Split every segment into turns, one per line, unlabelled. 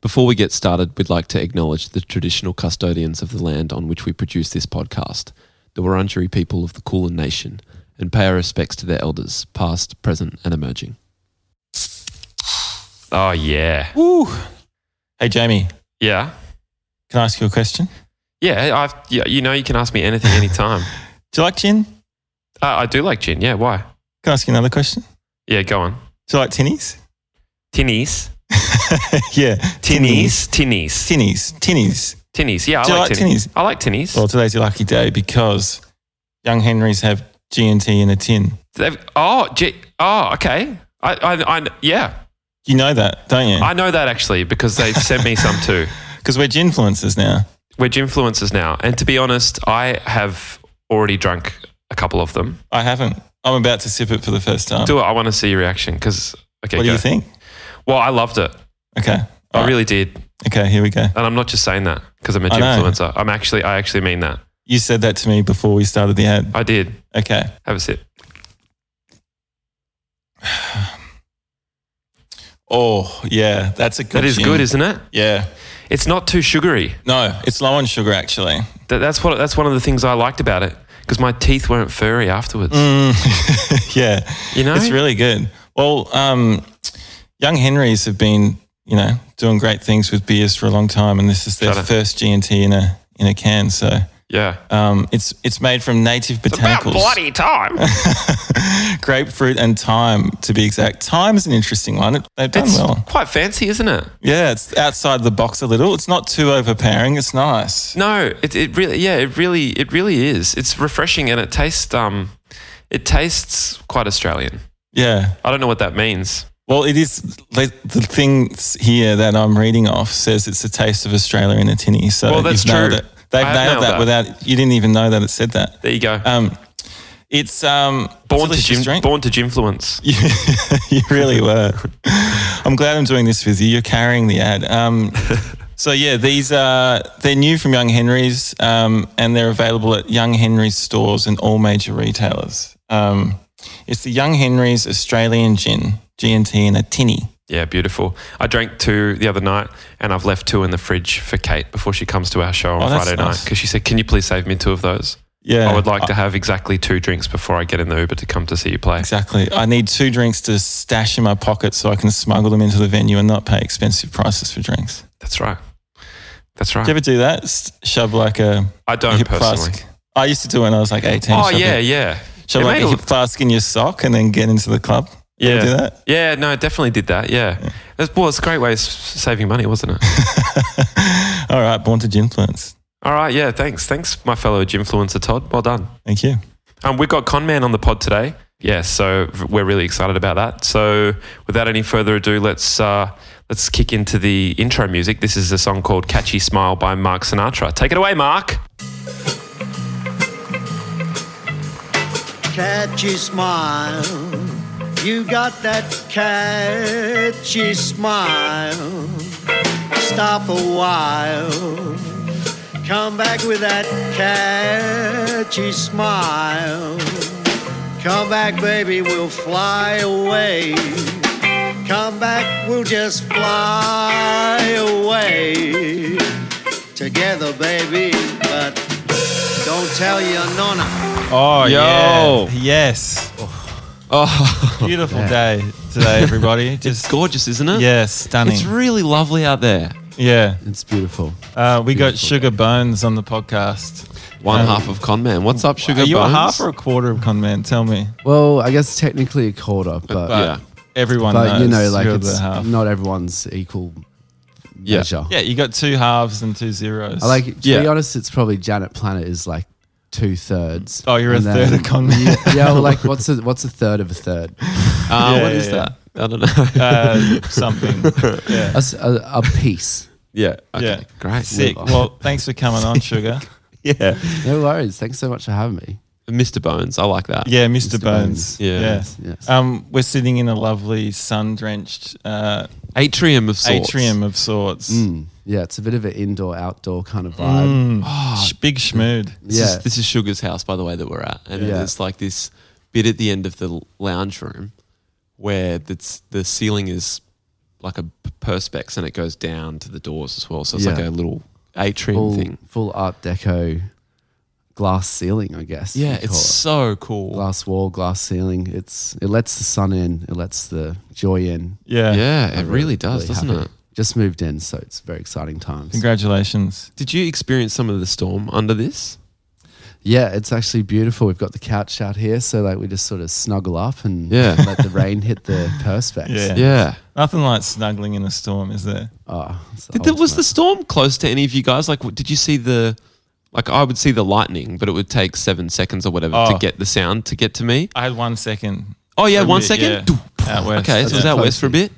Before we get started, we'd like to acknowledge the traditional custodians of the land on which we produce this podcast, the Wurundjeri people of the Kulin Nation, and pay our respects to their elders, past, present, and emerging.
Oh yeah,
Woo. Hey, Jamie,
yeah,
can I ask you a question?
yeah. I've yeah, you know you can ask me anything anytime.
Do you like gin?
uh, I do like gin. Yeah, why?
Can I ask you another question?
Yeah, go on.
Do you like tinnies?
Tinnies,
yeah.
tinnies, tinnies,
Tinnies. Tinnies.
tinnies. Yeah, I
Do you
like
like
tinnies.
tinnies?
I like tinnies.
Well, today's your lucky day because young Henrys have G&T in a tin.
They've- oh, gee, oh, okay. I, I, I, yeah,
You know that, don't you?
I know that actually because they sent me some too.
Because we're gin influencers now.
We're gin influencers now, and to be honest, I have already drunk a couple of them.
I haven't. I'm about to sip it for the first time.
Do it. I want to see your reaction because okay,
what do
go.
you think?
Well, I loved it.
Okay. All
I
right.
really did,
Okay, here we go.
and I'm not just saying that because I'm a
I
gin
know.
influencer. I'm actually, I actually mean that.
You said that to me before we started the ad.
I did.
Okay.
Have a sip.
Oh, yeah. That's a good
That is
gin.
good, isn't it?
Yeah.
It's not too sugary.
No, it's low on sugar, actually.
That, that's what. That's one of the things I liked about it because my teeth weren't furry afterwards.
Mm. yeah.
You know?
It's really good. Well, um, Young Henrys have been, you know, doing great things with beers for a long time, and this is their
Shut up.
first G&T in a in a can. So
Yeah.
um, it's it's made from native botanicals,
time.
grapefruit and thyme, to be exact. Thyme is an interesting one. It, they've done
It's
well.
quite fancy, isn't it?
Yeah, it's outside the box a little. It's not too overpowering. It's nice.
No, it, it really, yeah, it really, it really is. It's refreshing and it tastes, um, it tastes quite Australian.
Yeah.
I don't know what that means.
Well, it is like, the things here that I'm reading off says it's the taste of Australia in a tinny. So
Well, that's
you've nailed
true.
it. They've
I
nailed,
have nailed
that,
that.
without you didn't even know that it said that.
There you go.
Um, it's um,
born to
delicious
gym,
drink.
born to gym influence.
you, you really were. I'm glad I'm doing this with you. You're carrying the ad. Um, so yeah, these are they're new from Young Henry's, um, and they're available at Young Henry's stores and all major retailers. Um, it's the Young Henry's Australian Gin G&T in a tinny.
Yeah, beautiful. I drank two the other night, and I've left two in the fridge for Kate before she comes to our show on
Oh, that's
Friday night
nice.
because she said, "Can you please save me two of those?
Yeah,
I would like to have exactly two drinks before I get in the Uber to come to see you play."
Exactly. I need two drinks to stash in my pocket so I can smuggle them into the venue and not pay expensive prices for drinks.
That's right. That's
Do
right.
you ever do that? S- Shove like a
I don't
hip
personally.
flask. I used to do it when I was like 18.
Oh
shove
yeah,
a-
yeah,
Shove
It
like
made
a
a-
hip flask in your sock and then get into the club. You ever
yeah.
Do that?
Yeah, no, I definitely did that. Yeah. It was a great way of s- saving money, wasn't it?
All right. Born to influence.
All right. Yeah. Thanks. Thanks, my fellow Gymfluencer Todd. Well done.
Thank you.
Um, we've got Conman on the pod today. Yeah. So v- we're really excited about that. So without any further ado, let's, uh, let's kick into the intro music. This is a song called Catchy Smile by Mark Sinatra. Take it away, Mark.
catchy smile. You got that catchy smile. Stop a while. Come back with that catchy smile. Come back, baby, we'll fly away. Come back, we'll just fly away. Together, baby, but don't tell your nonna.
Oh,
Yo. yeah.
Yes.
Oh,
Beautiful day today, everybody.
it's
Just,
gorgeous, isn't it?
yeah, stunning.
It's really lovely out there.
yeah.
It's beautiful.
Uh, we got
beautiful
Sugar Bones on the podcast.
One
Um,
half of Conman. What's up, Sugar
Are you
Bones?
a half or a quarter of con man? Tell me.
Well, I guess technically a quarter, but but,
yeah,
Everyone knows.
you know, like
you're the
it's
half.
not everyone's equal
yeah.
measure.
Yeah, you got two halves and two zeros.
I like to
Yeah.
be honest, it's probably Janet Planet is like two thirds.
Oh, you're a third of con man.
yeah, well, like what's a what's a third of a third?
Uh,
Yeah,
what
yeah,
is
yeah.
that? I don't know.
uh, something. Yeah.
A, s- a- a piece.
yeah. Okay.
Yeah.
Great.
Sick. Well, thanks for coming on, Sugar.
Yeah.
No worries. Thanks so much for having me.
Mr. Bones. I like that.
Yeah, Mr.
Mr.
Bones.
Bones.
Yeah.
Yes, yes.
Um, we're sitting in a lovely sun-drenched uh,
Atrium of sorts.
atrium of sorts.
Mm. Yeah, it's a bit of an indoor outdoor kind of vibe.
Mm. Sh- big schmood.
Mm. This,
Yeah,
is, this is Sugar's house, by the way, that we're at. And
Yeah.
it's like this bit at the end of the l- lounge room where it's, the ceiling is like a p- perspex and it goes down to the doors as well. So it's
Yeah.
like a little atrium
full,
thing.
full Art Deco glass ceiling, I guess.
Yeah,
you'd
it's
call it.
so cool.
glass wall, glass ceiling. It's it lets the sun in, it lets the joy in.
Yeah.
Yeah, it
I'm
really does,
really
doesn't
happy.
it?
Just moved in, so it's very exciting times.
Congratulations.
Did you experience some of the storm under this?
Yeah, it's actually beautiful. We've got the couch out here, so like we just sort of snuggle up and
Yeah.
let the rain hit the perspex.
Yeah.
Yeah.
Nothing like snuggling in a storm, is there?
Oh, it's the
Did the, was
ultimate.
the storm close to any of you guys? Like, w- did you see the? Like, I would see the lightning, but it would take seven seconds or whatever to
Oh.
get the sound to get to me.
I had one second.
Oh yeah,
For a
one
bit,
second.
yeah. Out west.
Okay,
That's
so was out
close
west for a bit?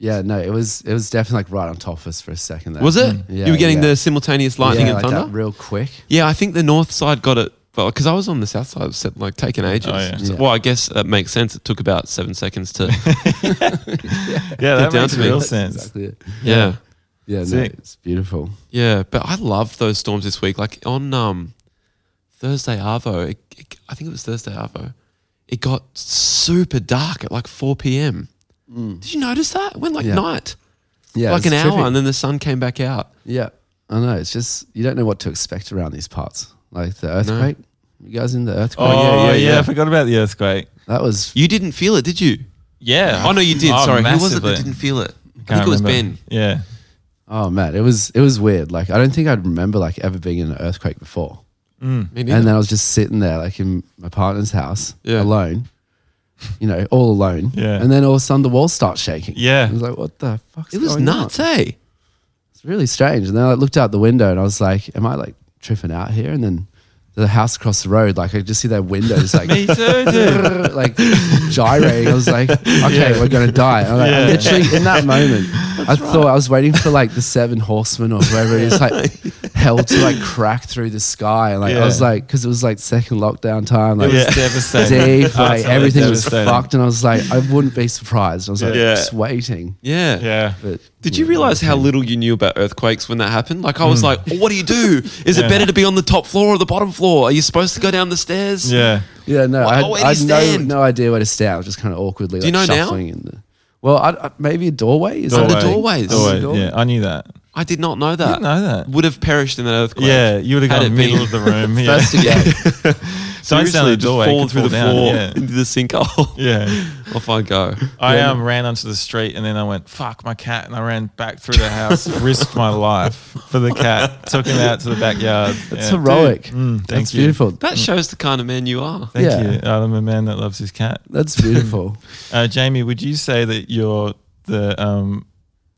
Yeah, no, it was it was definitely like right on top of us for a second. There. Mm.
Was it?
Yeah,
you were getting
yeah.
the simultaneous lightning
yeah,
and
like
thunder.
that real quick?
yeah, I think the north side got it. Well, because I was on the south side, it was set- like taking ages.
Oh, yeah.
So-
Yeah.
Well, I guess that makes sense. It took about seven seconds to.
Yeah, that
down
makes
to me.
real
That's
sense.
Exactly. it.
yeah.
Yeah, no,
Sick.
it's beautiful.
Yeah, but I loved those storms this week. Like on um, Thursday Arvo, it, it- I think it was Thursday Arvo, it got super dark at like 4 p.m. Did you notice that? It went like
Yeah.
night,
Yeah,
like an
it's trippy.
hour, and then the sun came back out.
Yeah, I know. It's just you don't know what to expect around these parts, like the earthquake. You guys in the earthquake?
Oh, yeah, yeah, yeah, I forgot about the earthquake.
That was
You didn't feel it, did you?
Yeah.
Oh, no, you did.
Oh,
Sorry. Who was it
massively.
that didn't feel it? I
Can't
think it was
remember.
Ben.
Yeah.
oh man, it was it was weird. Like I don't think I'd remember like ever being in an earthquake before.
Me
And
neither.
then I was just sitting there, like in my partner's house,
Yeah.
alone. You know, all alone.
Yeah.
And then all of a sudden, the walls start shaking.
Yeah.
I was like, "What the fuck?"
it
Oh,
was nuts, eh?
It's really strange. And then I looked out the window and I was like, "Am I like tripping out here?" And then the house across the road, like I just see their windows like
Me too, dude.
like gyrating. I was like, okay, we're gonna die. And I'm like,
Yeah.
Literally in that moment, I thought I was waiting for like the seven horsemen or whoever it is, like hell to like crack through the sky. And like I was
Yeah.
like, because it was like second lockdown time,
It
like
was devastating.
deep, like
Absolutely
everything was
devastating.
fucked. And I was like, I wouldn't be surprised. I was like,
Yeah.
just waiting.
Yeah.
Yeah.
But
Did you realize how little you knew about earthquakes when that happened? Like, I was like, oh, what do you do? Is
Hmm. Yeah.
it better to be on the top floor or the bottom floor? Are you supposed to go down the stairs?
Yeah.
Yeah, no, I had,
Oh, where do
I had
you
no,
stand?
no idea where to stand. I was just kind of awkwardly
Do you
like
know now?
shuffling in the. Well, I, I, maybe a doorway is
Under
that a door?
doorways.
Doorway,
Door-
Yeah, I knew that.
I did not know that.
didn't know that.
Would have perished in that earthquake.
Yeah, you would have
Had
gone
it
middle
been-
of the room. Yeah.
First again.
Don't stand on
Seriously,
the
just
doorway.
fall
could
through the
down,
floor
yeah.
into the sinkhole.
Yeah.
Off I go.
I um, ran onto the street and then I went, fuck my cat. And I ran back through the house, risked my life for the cat, took him out to the backyard. Yeah.
It's heroic.
Mm, thank
That's
you.
beautiful.
That shows the kind of man you are.
Thank
Yeah.
you. Uh, I'm a man that loves his cat.
That's beautiful.
Uh, Jamie, would you say that you're the um,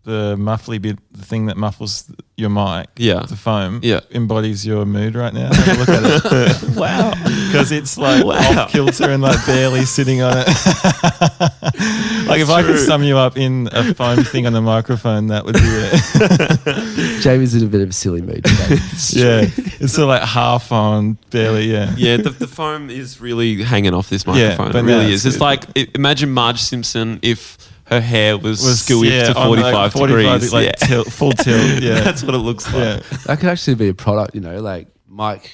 the muffly bit, the thing that muffles your mic,
Yeah.
the foam,
Yeah.
embodies your mood right now? Have a look at it. wow. Because it's like off kilter and like barely sitting on it. like if I could sum you up in a foam thing on the microphone, that would be it.
Jamie's in a bit of a silly mood today.
yeah. It's sort of like half on, barely, yeah.
Yeah, the, the foam is really hanging off this microphone.
but
it
no,
really
it's
is. It's
good.
like i- imagine Marge Simpson if her hair was,
Was-
skewered
yeah,
to
on,
45,
like, 45,
degrees.
Like
yeah.
tilt, full tilt. Yeah.
That's what it looks like.
yeah.
that could actually be a product, you know, like Mike,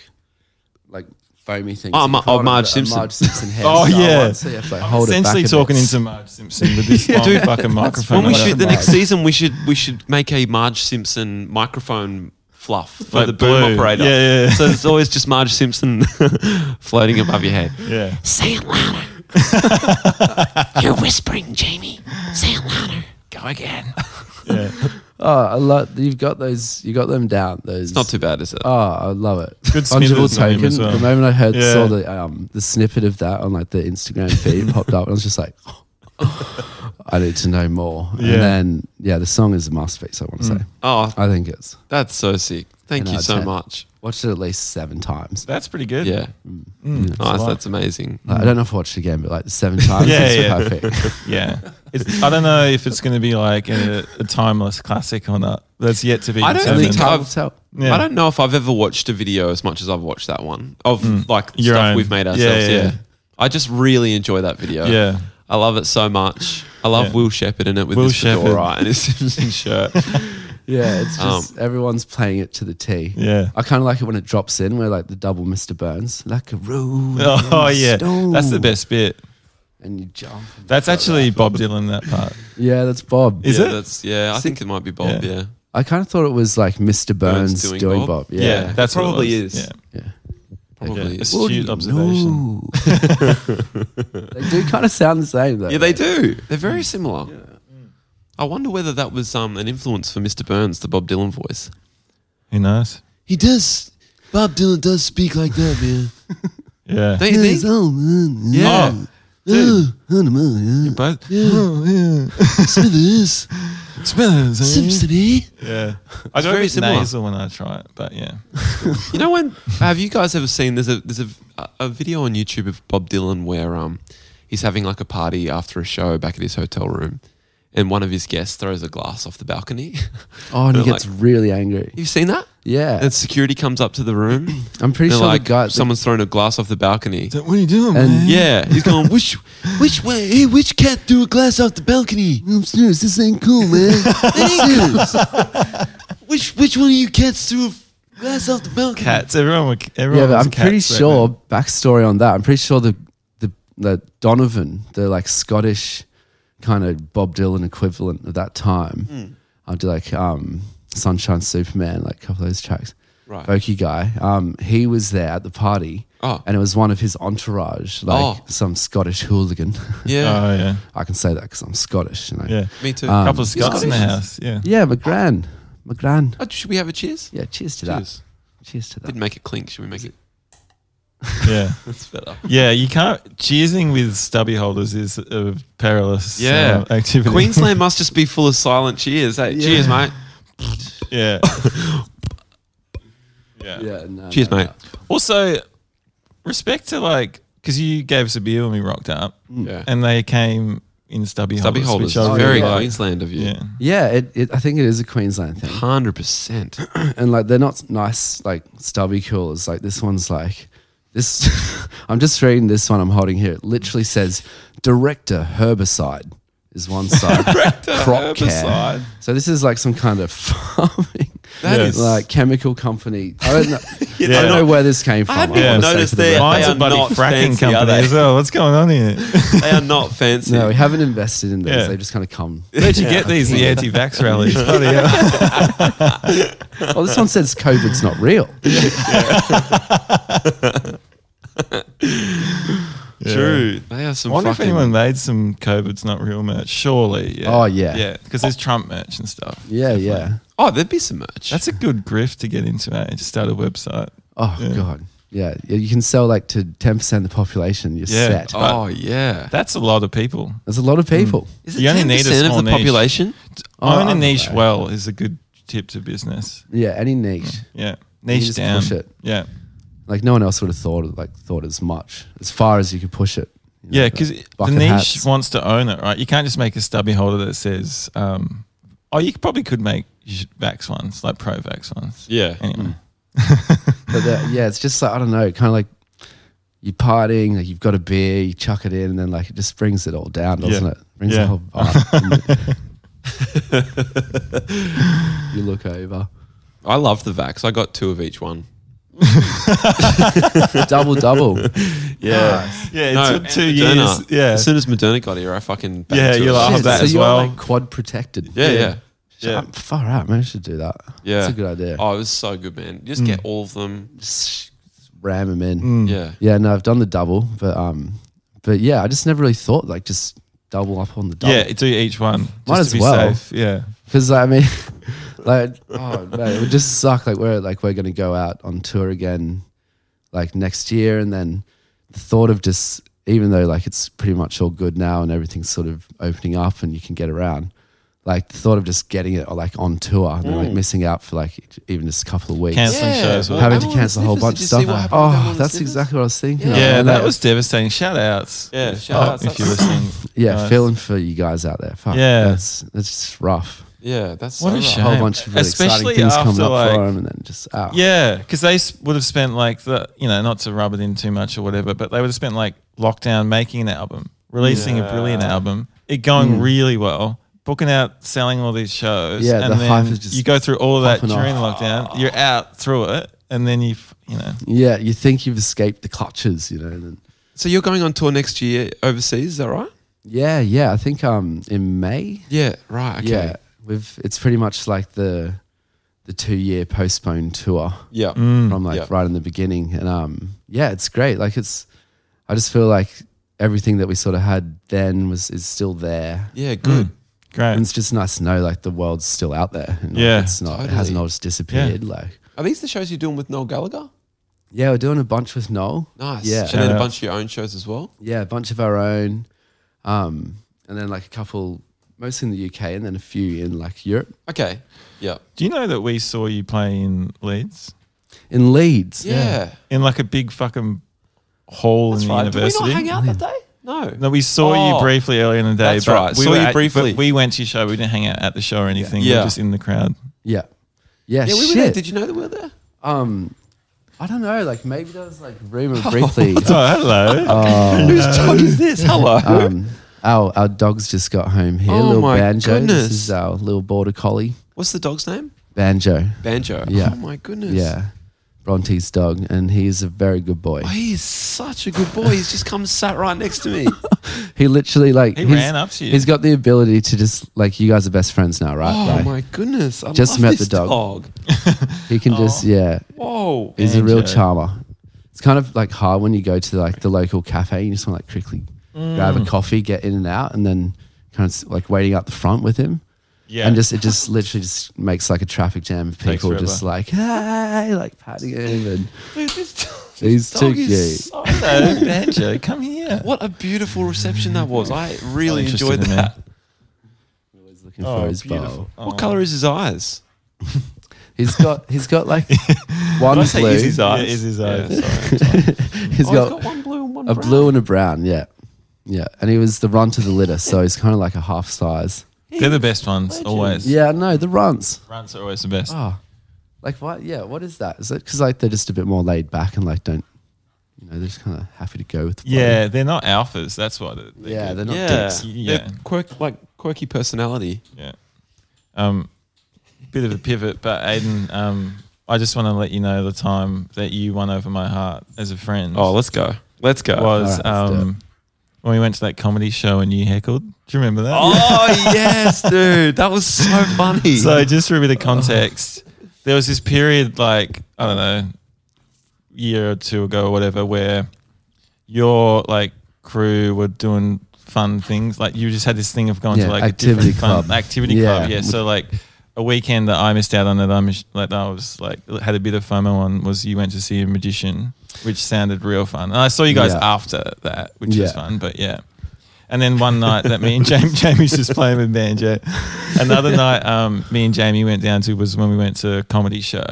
like foamy things.
Oh,
you
Ma- oh,
put on
Marge
a- a
Simpson.
uh, Marge Simpson hair.
Oh,
style
yeah.
one, So you have to like, hold it
Essentially
back a
talking
bit.
into Marge Simpson with this long fucking microphone.
When we
What
shoot
a
the next
Marge.
season, we should we should make a Marge Simpson microphone fluff for
Like
the boom
blue.
operator.
Yeah, yeah, yeah.
So it's always just Marge Simpson floating above your head.
Yeah.
Say it louder. You're whispering, Jamie. Say it louder. Go again.
yeah.
Oh, I love you've got those. You got them down. Those.
It's not too bad, is it?
Oh, I love it.
Good
Fungible
Smithers name
token.
as well.
The moment I heard
Yeah.
saw the um the snippet of that on like the Instagram feed popped up, and I was just like, I need to know more.
Yeah. Mm.
And then yeah, the song is a masterpiece. I want to say.
Oh,
I think it's.
that's so sick. Thank
Ten
you
out of
so
ten.
much.
Watched it at least seven times.
That's pretty good.
Yeah.
Mm, it's a
Nice.
lot.
That's amazing.
Like, I don't know if I watched it again, but like the seven times
Yeah,
is
yeah.
perfect.
yeah. It's, I don't know if it's going to be like a, a timeless classic or not. That's yet to be.
I don't
determined.
think
Time will
I've-
tell.
Yeah.
I don't know if I've ever watched a video as much as I've watched that one of like
Hmm. Your
stuff
own.
we've made
Yeah,
ourselves.
yeah,
Yeah,
yeah.
I just really enjoy that video.
Yeah.
I love it so much. I love
Yeah.
Will Shepherd in it with
Will
his fedora
Shepherd.
and his Simpson shirt.
Yeah, it's just Um, everyone's playing it to the T.
Yeah.
I kind of like it when it drops in, where like the double Mr. Burns, like a roll.
Oh yeah, that's the
stone.
best bit.
and you jump.
That's actually Bob Dylan, that part.
Yeah, that's Bob.
Is
yeah,
it?
That's, yeah, I think it might be Bob.
Yeah.
Yeah.
I kind of thought it was like Mr. Burns, doing, Bob. Yeah.
Yeah.
that's what it
Probably
was.
is.
Yeah.
yeah.
Probably
Yeah,
is.
astute observation.
they do kind of sound the same though.
Yeah, they do. They're very
Hmm.
similar. I wonder whether that was um, an influence for Mr. Burns, the Bob Dylan voice.
Who knows?
He does. Bob Dylan does speak like that, man.
Yeah.
Don't you think? Yeah.
Oh, dude. You both. Oh, yeah.
Smithers. Simpson,
Yeah. I
It's
do
very
eh? very
similar.
nasal when I try it, but yeah.
You know when? Have you guys ever seen? There's a there's a, a video on YouTube of Bob Dylan where um he's having like a party after a show back at his hotel room, and one of his guests throws a glass off the balcony.
Oh, and he
They're
gets really angry.
You've seen that?
Yeah,
And security comes up to the room.
I'm
and
pretty
they're
sure
like
the guy.
someone's thrown a glass off the balcony.
So What are you doing,
And-
man?
Yeah, he's going which which way? Hey, which cat threw a glass off the balcony?
I'm serious. This ain't cool, man.
Which which one of you cats threw a glass off the balcony?
Cats. Everyone were. Everyone
yeah, but
was
I'm pretty
cats back
sure backstory on that. I'm pretty sure the the the Donovan, the like Scottish kind of Bob Dylan equivalent of that time. I'll do like um, Sunshine Superman, like a couple of those tracks.
Right.
Bokey guy. Um, he was there at the party,
Oh.
and it was one of his entourage, like
Oh.
some Scottish hooligan.
then.
Yeah,
Oh yeah.
I can say that because I'm Scottish. You know?
Yeah.
me too.
Uh, Um,
A couple of
You're
Scots in the
Scottish.
house. Yeah.
yeah, McGran, McGran.
Oh, should we have a cheers?
Yeah, cheers to
Cheers.
that. Cheers to that.
Didn't make it clink. Should we make it?
Yeah.
That's better.
Yeah. You can't. Cheersing with stubby holders is a perilous uh,
Yeah.
activity.
Queensland must just be full of silent cheers. Hey, cheers, mate.
Yeah.
Yeah, no,
Cheers,
no,
mate.
Also, respect to like because you gave us a beer when we rocked up,
Yeah.
and they came in stubby,
Stubby
holders.
holders.
which I
very
really like.
Queensland of you.
Yeah.
Yeah, it, it, I think it is a Queensland thing.
100%.
and like they're not nice like stubby coolers like this one's like this i'm just reading this one i'm holding here it literally says director herbicide is one side crop care
herbicide.
so this is like some kind of farming
That
Yeah.
is-
like chemical company i don't know, I
Yeah.
don't know where this came from
I hadn't
wanna
even
say
noticed
for the
there.
record.
Mine's
They
a
are
buddy
not
fracking
fancy, are
company
they?
as well. What's going on here?
They are not fancy.
no we haven't invested in these
Yeah.
they just kind of come
Where'd you get these? The anti-vax rallies. Bloody hell.
oh this one says covid's not real
True. They are
I
some
wonder if
fucking.
anyone made some COVID's not real merch. Surely. Yeah.
Oh, yeah.
Yeah, because there's Trump merch and stuff.
yeah yeah
Oh, there'd be some merch.
That's a good grift to get into, eh? Just start a website.
oh god yeah Yeah, you can sell like to 10% of the population you're
Yeah. Mm.
set
oh, yeah.
That's a lot of people.
There's a lot of people.
Is
You only need a
10%
small
of the
niche.
population?
Oh,
Own a
I'm
niche
right.
well is a good tip to business.
Yeah, any niche.
Yeah.
You
Niche
just
down.
push it.
Yeah.
Like no one else would have thought like thought as much as far as you could push it. you know,
Yeah,
like
because the
bucket
niche
hats.
wants to own it, right? You can't just make a stubby holder that says, um, oh, you probably could make sh- vax ones, like pro vax ones.
Yeah.
Mm.
Anyway.
But the- yeah, it's just like I don't know, kind of like you're partying, like you've got a beer, you chuck it in, and then like it just brings it all down, doesn't
Yeah.
it? Brings
Yeah.
the whole vibe. you look over,
I love the vax. I got two of each one.
double double.
Yeah.
Yeah, it
No,
took two
and
years.
Moderna.
Yeah.
As soon as Moderna got here, I fucking. banged
Yeah,
two of
you'll
them.
have
Shit,
that
so
as
you're
well.
like quad protected.
Yeah, yeah.
yeah.
Yeah.
far out, man. I should do that.
Yeah.
that's a good idea.
Oh, it was so good, man.
Mm.
Just get all of them.
Just ram them in.
Yeah.
Yeah, no, I've done the double, but um, but yeah, I just never really thought like just double up on the double.
Yeah, do each one. Just
Might
to
as
be
well.
safe. Yeah.
because I mean, like, oh man, it would just suck. Like we're like we're gonna go out on tour again, like next year, and then the thought of just even though like it's pretty much all good now and everything's sort of opening up and you can get around, like the thought of just getting it like on tour and then like
Mm.
missing out for like e-, even just a couple of weeks.
Cancel. Some shows were-
Having to
Everyone
cancel a whole
sniffers, did
bunch of
you see
stuff.
what happened with everyone
Oh,
with
that's
sniffers?
exactly what I was thinking.
Yeah,
of. And
that
I-
was devastating. Shout outs.
Yeah, shout outs.
If you're listening.
Oh. Yeah,
guys.
feeling for you guys out there. Fuck,
Yeah.
that's that's just rough.
Yeah, that's so
What a
right.
shame.
A whole bunch of really
Especially
exciting things coming
after,
up
like-
for him, and then just ah. out.
Yeah, because they s- would have spent like the, you know, not to rub it in too much or whatever, but they would have spent like lockdown making an album, releasing a brilliant album, it going
Mm.
really well, booking out, selling all these shows.
Yeah,
and
the
then
hype is just
you go through all of that
popping off.
during lockdown, you're out through it, and then you, f- you know,
yeah. You think you've escaped the clutches, you know? And then,
So you're going on tour next year overseas, is that right?
Yeah, yeah. I think um in May.
Yeah, right. Okay.
Yeah, we've it's pretty much like the the two year postponed tour
Yeah.
from like
Mm, yeah.
right in the beginning, and um yeah, it's great. Like it's, I just feel like everything that we sort of had then was is still there.
Yeah, good.
Great.
And it's just nice to know like the world's still out there. And, like,
Yeah,
it's not it hasn't
totally.
all just disappeared. Like
Are these the shows you're doing with Noel Gallagher?
yeah, we're doing a bunch with Noel.
Nice.
Yeah.
And then a
Yeah.
bunch of your own shows as well.
yeah, a bunch of our own, um, and then like a couple, mostly in the UK, and then a few in like Europe,
Okay. Yeah.
Do you know that we saw you play in Leeds?
in Leeds.
Yeah.
In like a big fucking hall
That's
in the
right. Did
university?
we not hang out that day? No.
No, we saw
Oh.
you briefly earlier in the day.
That's
but
right.
We
Saw
were
you
at-
briefly.
but we went to your show. We didn't hang out at the show or anything. We
Yeah.
were just in the crowd.
yeah, yeah.
Yeah, we
shit.
were there. Did you know that we were there?
um, I don't know. Like maybe there was like rumor briefly.
Oh, hello.
Whose dog is this? Hello.
um, our our dogs just got home here.
Oh
little
my
banjo.
goodness.
This is our little border collie
What's the dog's name?
banjo.
Banjo.
Yeah.
Oh my goodness.
Yeah, Bronte's dog, and he's a very good boy.
Oh, he's such a good boy. He's just come and sat right next to me.
He literally like
He
he's-
ran up to you.
He's got the ability to just like you guys are best friends now, right?
Oh
Like,
my goodness. I
Just
love
met
this
the dog. He can
Oh.
just yeah.
Whoa.
He's a real
Banjo.
charmer. It's kind of like hard when you go to like the local cafe and you just want to like quickly grab a coffee, get in and out, and then kind of s- like waiting out the front with him.
yeah.
And just it just literally just makes like a traffic jam of
Takes
people just
forever.
like hey, like patting him and
Dude, this dog,
He's
this dog
too
is so-
hello, Banjo. Come here.
What a beautiful reception that was. I really
Interested
enjoyed
in me.
that.
he's looking for his bowl.
Oh.
What color is his eyes? Oh,
He's got he's got like one
I
blue.
say is his
he's
eyes. Yeah, is his eyes.
Yeah,
Sorry.
Oh, he's
got
got one blue and one
a
brown.
blue and a brown, yeah. Yeah. And he was the runt of the litter, so he's kinda like a half size.
They're the best ones, always.
Yeah, no, the runts.
Runts are always the best.
Oh, like what? Yeah, what is that? Is it because like they're just a bit more laid back and like don't, you know, they're just kind of happy to go with. the flow?
Yeah, they're not alphas. That's why. They're, they're
yeah,
good.
they're not
Yeah.
dicks.
Yeah.
They're quirk, like quirky personality.
Yeah. Um, bit of a pivot, but Aiden, um, I just want to let you know the time that you won over my heart as a friend.
Oh, let's go. Let's go.
was
Alright, let's do
um, when we went to that comedy show and you heckled. Do you remember that?
Oh yes, dude. That was so funny.
So just for a bit of context, there was this period, like I don't know, year or two ago or whatever, where your like crew were doing fun things. Like you just had this thing of going
Yeah,
to like
activity
a different
club.
fun, activity club.
Yeah.
Yeah. So like a weekend that I missed out on that I mis- like that I was like had a bit of FOMO on was you went to see a magician, which sounded real fun. And I saw you guys
Yeah.
after that, which was
Yeah.
fun. But yeah. And then one night that me and Jamie, Jamie's just playing with banjo. Another night, um, me and Jamie went down to was when we went to a comedy show.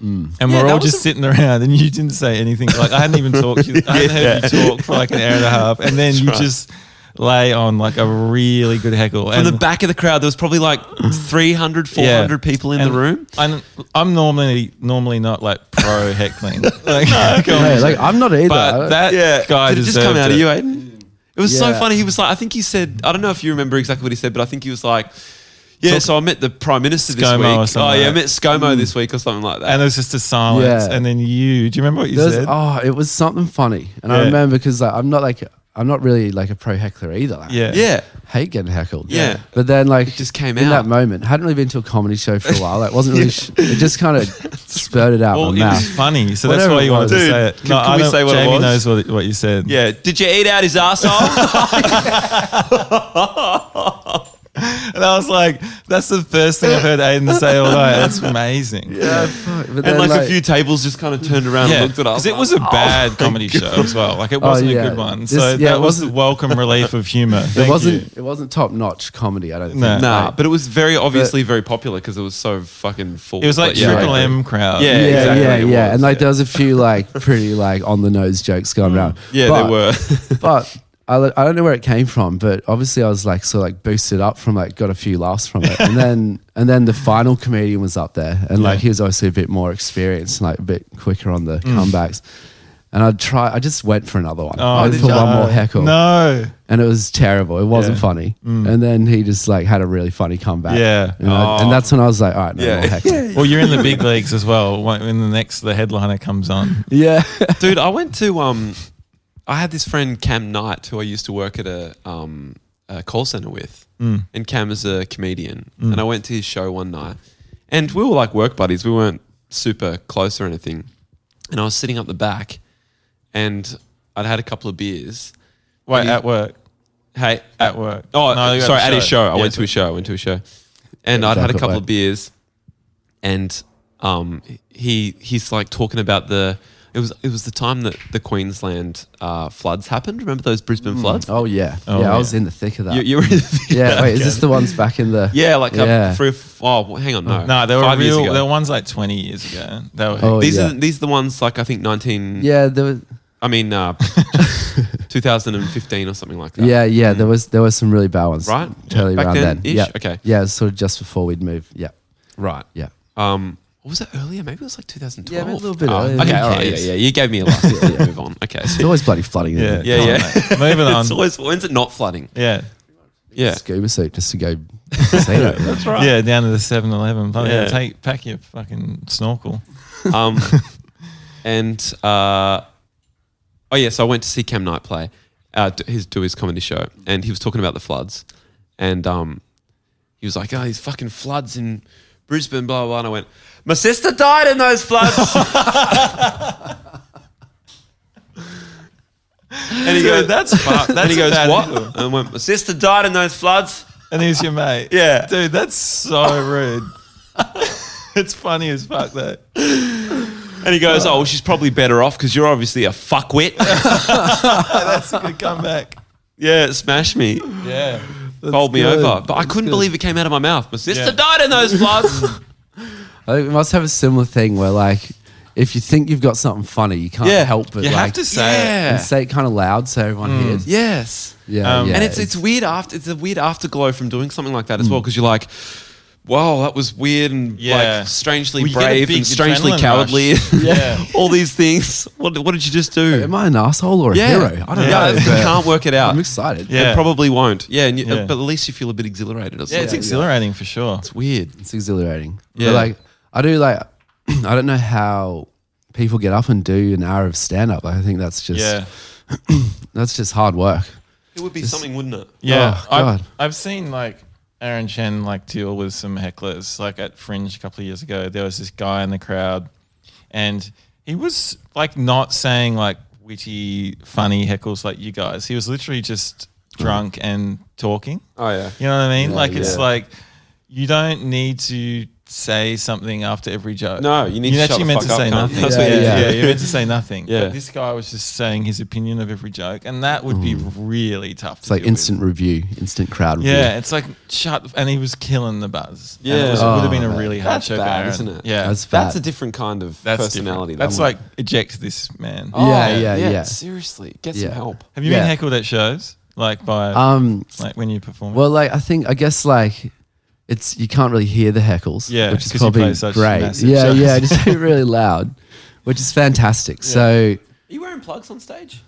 And
Yeah,
we're
that
all
was
just sitting around, and you didn't say anything. Like I hadn't even talked. To you. I hadn't heard you talk for like an hour and a half, and then you just lay on like a really good heckle.
From
and
the back of the crowd, there was probably like 300, 400 people in
And
the room.
I'm, I'm normally normally not like pro heckling. like, go on.
No, like I'm not either. I
but
don't-
that guy
uh, Did it
deserved
just come out
it.
of you, Aiden? It was so
Yeah.
funny. He was like, I think he said, I don't know if you remember exactly what he said, but I think he was like, yeah, so I met the prime minister this
ScoMo or
week. Oh
something
yeah, I
like-
met ScoMo this week or something like that.
And it was just a silence.
Yeah.
And then you, do you remember what you
There was-
said?
oh, it was something funny, and I
Yeah.
remember because like, I'm not like I'm not really like a pro heckler either. Like,
yeah.
yeah,
hate getting heckled.
Yeah.
but then like it
just came
in
out.
that moment. Hadn't really been to a comedy show for a while. Like wasn't really. Sh- it just kind of spurted out
Well,
my
it was
mouth.
funny, so
Whatever
that's why
it
you wanted
was.
to
Dude,
say it.
can- can
I
we
don't-
say what it
Jamie
was?
knows what, what you said.
yeah. Did you eat out his asshole?
And I was like, that's the first thing I've heard Aiden say all night. That's amazing. Yeah.
Fuck, But
and
then,
like, a few tables just kind of turned around and looked at us.
Because it was
Oh
a bad comedy show as well. Like it wasn't
yeah.
a good one.
This-
so
yeah,
that
it
was the
wasn't-
welcome relief of humor.
It
Thank
wasn't.
you.
It wasn't top notch comedy. I don't think.
No.
Oh, Nah, but it was very obviously very popular because it was so fucking full.
It was like
But yeah,
Triple
I agree.
M crowd.
Yeah,
yeah,
exactly,
yeah,
it
yeah.
was,
and like
yeah. Mm.
there was a few like pretty like on the nose jokes going around.
Yeah,
but,
there were.
but I, I don't know where it came from, but obviously I was like sort of like boosted up from like got a few laughs from it, and then and then the final comedian was up there, and like
Yeah.
he was obviously a bit more experienced, and like a bit quicker
Mm.
on the comebacks. And I'd try. I just went for another one.
Oh,
I went
did
for
you?
one more heckle,
oh, No.
and it was terrible. It wasn't
Yeah.
funny.
Mm.
And then he just like had a really funny comeback.
Yeah.
and, I- and that's when I was like, all right, no
Oh. Yeah.
more heckling.
Well, you're in the big leagues as well. When when the next the headliner comes on,
yeah.
dude. I went to um,
I had this friend Cam Knight who I used to work at a, um, a call center with,
Mm.
and Cam is a comedian. And I went to his show one night, and we were like work buddies. We weren't super close or anything. And I was sitting up the back, and I'd had a couple of beers.
Wait,
Yeah.
at work.
Hey,
At work.
Oh,
No, you go to
sorry,
the
at his show. I
Yeah,
went to
so-
a show. I went to a show, and I'd had a
Jacob
couple
went.
of beers, and um, he he's like talking about the it was it was the time that the Queensland uh, floods happened. Remember those Brisbane floods?
Oh yeah,
Oh,
yeah,
yeah.
I was in the thick of that.
You, you were in the
yeah, wait, is this the ones back in the?
yeah, like
Yeah.
Up three. or f- Oh, well, hang on, no,
No, there were
Five years
real.
ago.
There were ones like 20 years ago. They were
Oh,
these
yeah.
are these are the ones like I think nineteen.
yeah, there was.
I mean, uh, two thousand and fifteen or something like that.
Yeah, yeah, there was there was some really bad ones.
Mm. Right?
totally
Back
around
then-ish?
then. Yeah,
Okay.
Yeah, it was sort of just before we'd move. Yeah,
right.
yeah.
Um, what was it earlier? Maybe it was like 2012.
Yeah, maybe a little bit
Oh,
earlier.
Okay,
Who
all right, yeah,
cares?
yeah. You gave me a laugh. yeah, yeah, move on. Okay.
There's
So,
always bloody flooding. in
Yeah,
there.
yeah, yeah.
Moving on.
it's always when's it not flooding?
yeah.
Yeah.
Scuba suit just to go. casino. That's right.
Yeah, down to the 7 Eleven.
Yeah.
Yeah. Take, pack your fucking snorkel.
Um, and uh, oh yeah, so I went to see Cam Knight play, uh, do his do his comedy show, and he was talking about the floods, and um, he was like, "Oh, these fucking floods in Brisbane, blah blah." blah. And I went, "My sister died in those floods." and he goes, "That's fucked." And
that's
he
a
goes,
bad
"What?"
angle.
And I went, "My sister died in those floods."
And he's your mate.
Yeah.
Dude, that's so rude. it's funny as fuck, though.
And he goes, "Oh, well, she's probably better off because you're obviously a fuckwit."
That's a good comeback.
yeah, smash me.
Yeah.
bowled me
good.
over. But I couldn't
good.
believe it came out of my mouth. My sister
Yeah.
died in those floods.
I think we must have a similar thing where like if you think you've got something funny, you can't
Yeah,
help but
you
like
have to say it.
Yeah.
and say it kind of loud so everyone hears.
yes.
Yeah,
Um,
yeah.
Mm. And it's Hmm. it's weird after it's a weird afterglow from doing something like that as well because you're like, wow, that was weird and
Yeah.
like strangely
Well, you get a
brave
big
and strangely
adrenaline rush.
cowardly.
Yeah.
All these things. What what did you just do?
am I an asshole or a
yeah.
hero? I don't
yeah,
know.
You
but
can't work it out.
I'm excited.
Yeah.
It probably won't. Yeah, and you,
Yeah.
but at least you feel a bit exhilarated. Or
Yeah, it's
something.
exhilarating for sure.
It's weird.
It's exhilarating.
Yeah.
But like I do like I don't know how people get up and do an hour of stand up. Like, I think that's just
Yeah.
that's just hard work.
It would be something, wouldn't it?
Yeah.
Oh, God.
I've, I've seen like Aaron Chen like deal with some hecklers. Like at Fringe a couple of years ago, there was this guy in the crowd and he was like not saying like witty, funny heckles like you guys. He was literally just drunk and talking.
Oh yeah.
You know what I mean? like it's
yeah.
like you don't need to say something after every joke.
No, you need
You're
to shut
actually
the
meant
fuck
to
up,
say
cunt.
nothing.
That's
yeah,
what you
yeah,
do.
you're meant to say nothing.
Yeah.
But this guy was just saying his opinion of every joke, and that would be really tough.
Mm. It's like instant review, instant crowd review.
Yeah, it's like shut, the f- and he was killing the buzz. And
Yeah.
it, was- it would have been
Oh,
a
man.
really hard
That's
show, for
bad,
Aaron.
isn't it?
Yeah,
That's bad.
That's a different kind of
That's
personality.
different.
that
That's
one.
like eject this man.
Oh. Yeah, yeah, yeah.
Seriously, get some
Yeah.
help.
Have you
Yeah.
been heckled at shows like by
Um
like when you perform?
well like I think I guess like it's you can't really hear the heckles.
Yeah,
Which is
'cause you
probably
play such
great.
massive
Yeah,
shows.
yeah, just really loud. Which is fantastic. So
Are you wearing plugs on stage?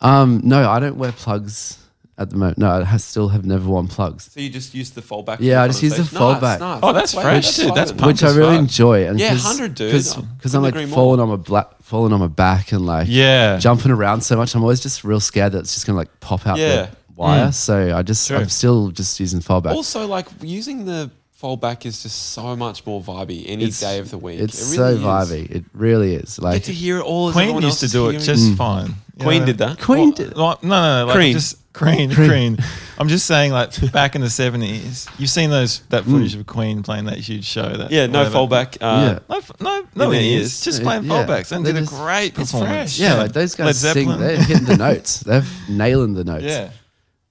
um no, I don't wear plugs at the moment. No, I ha- still have never worn plugs.
So you just use the foldback?
Yeah,
for
I just
front
use
stage?
the
No, it's
foldback.
nice.
Oh, that's
way-
fresh, dude.
fine.
That's punk.
which I
as
really
fuck.
enjoy. And
Yeah,
cause,
100, dude. I
Because
couldn't
I'm like
agree more.
falling on my black, falling on my back and like
Yeah.
jumping around so much. I'm always just real scared that it's just gonna like pop out
Yeah.
the wire.
Mm.
So I just
True.
I'm still just using fallback.
Also, like using the foldback is just so much more vibey any
It's-
day of the week.
It's
it really
so
is.
vibey. It really is.
You
Like
Get to hear it all. as
Queen
everyone
used to
else
do it
is
just
hearing
fine.
it. Queen did that.
Queen
Well,
did.
like- no, no, no. Like
Cream.
Just Queen, Queen. I'm just saying, like back in the '70s, you've seen those that
Mm.
footage of Queen playing that huge show. That
Yeah, no
whatever.
foldback. Uh,
Yeah.
No, f- no, no
In their
ears.
ears.
Just
Yeah,
playing
yeah.
fullbacks and
They
did
just-
a great performance.
yeah, like those guys
Led
sing.
Zeppelin.
They're hitting the notes. They're nailing the notes.
Yeah.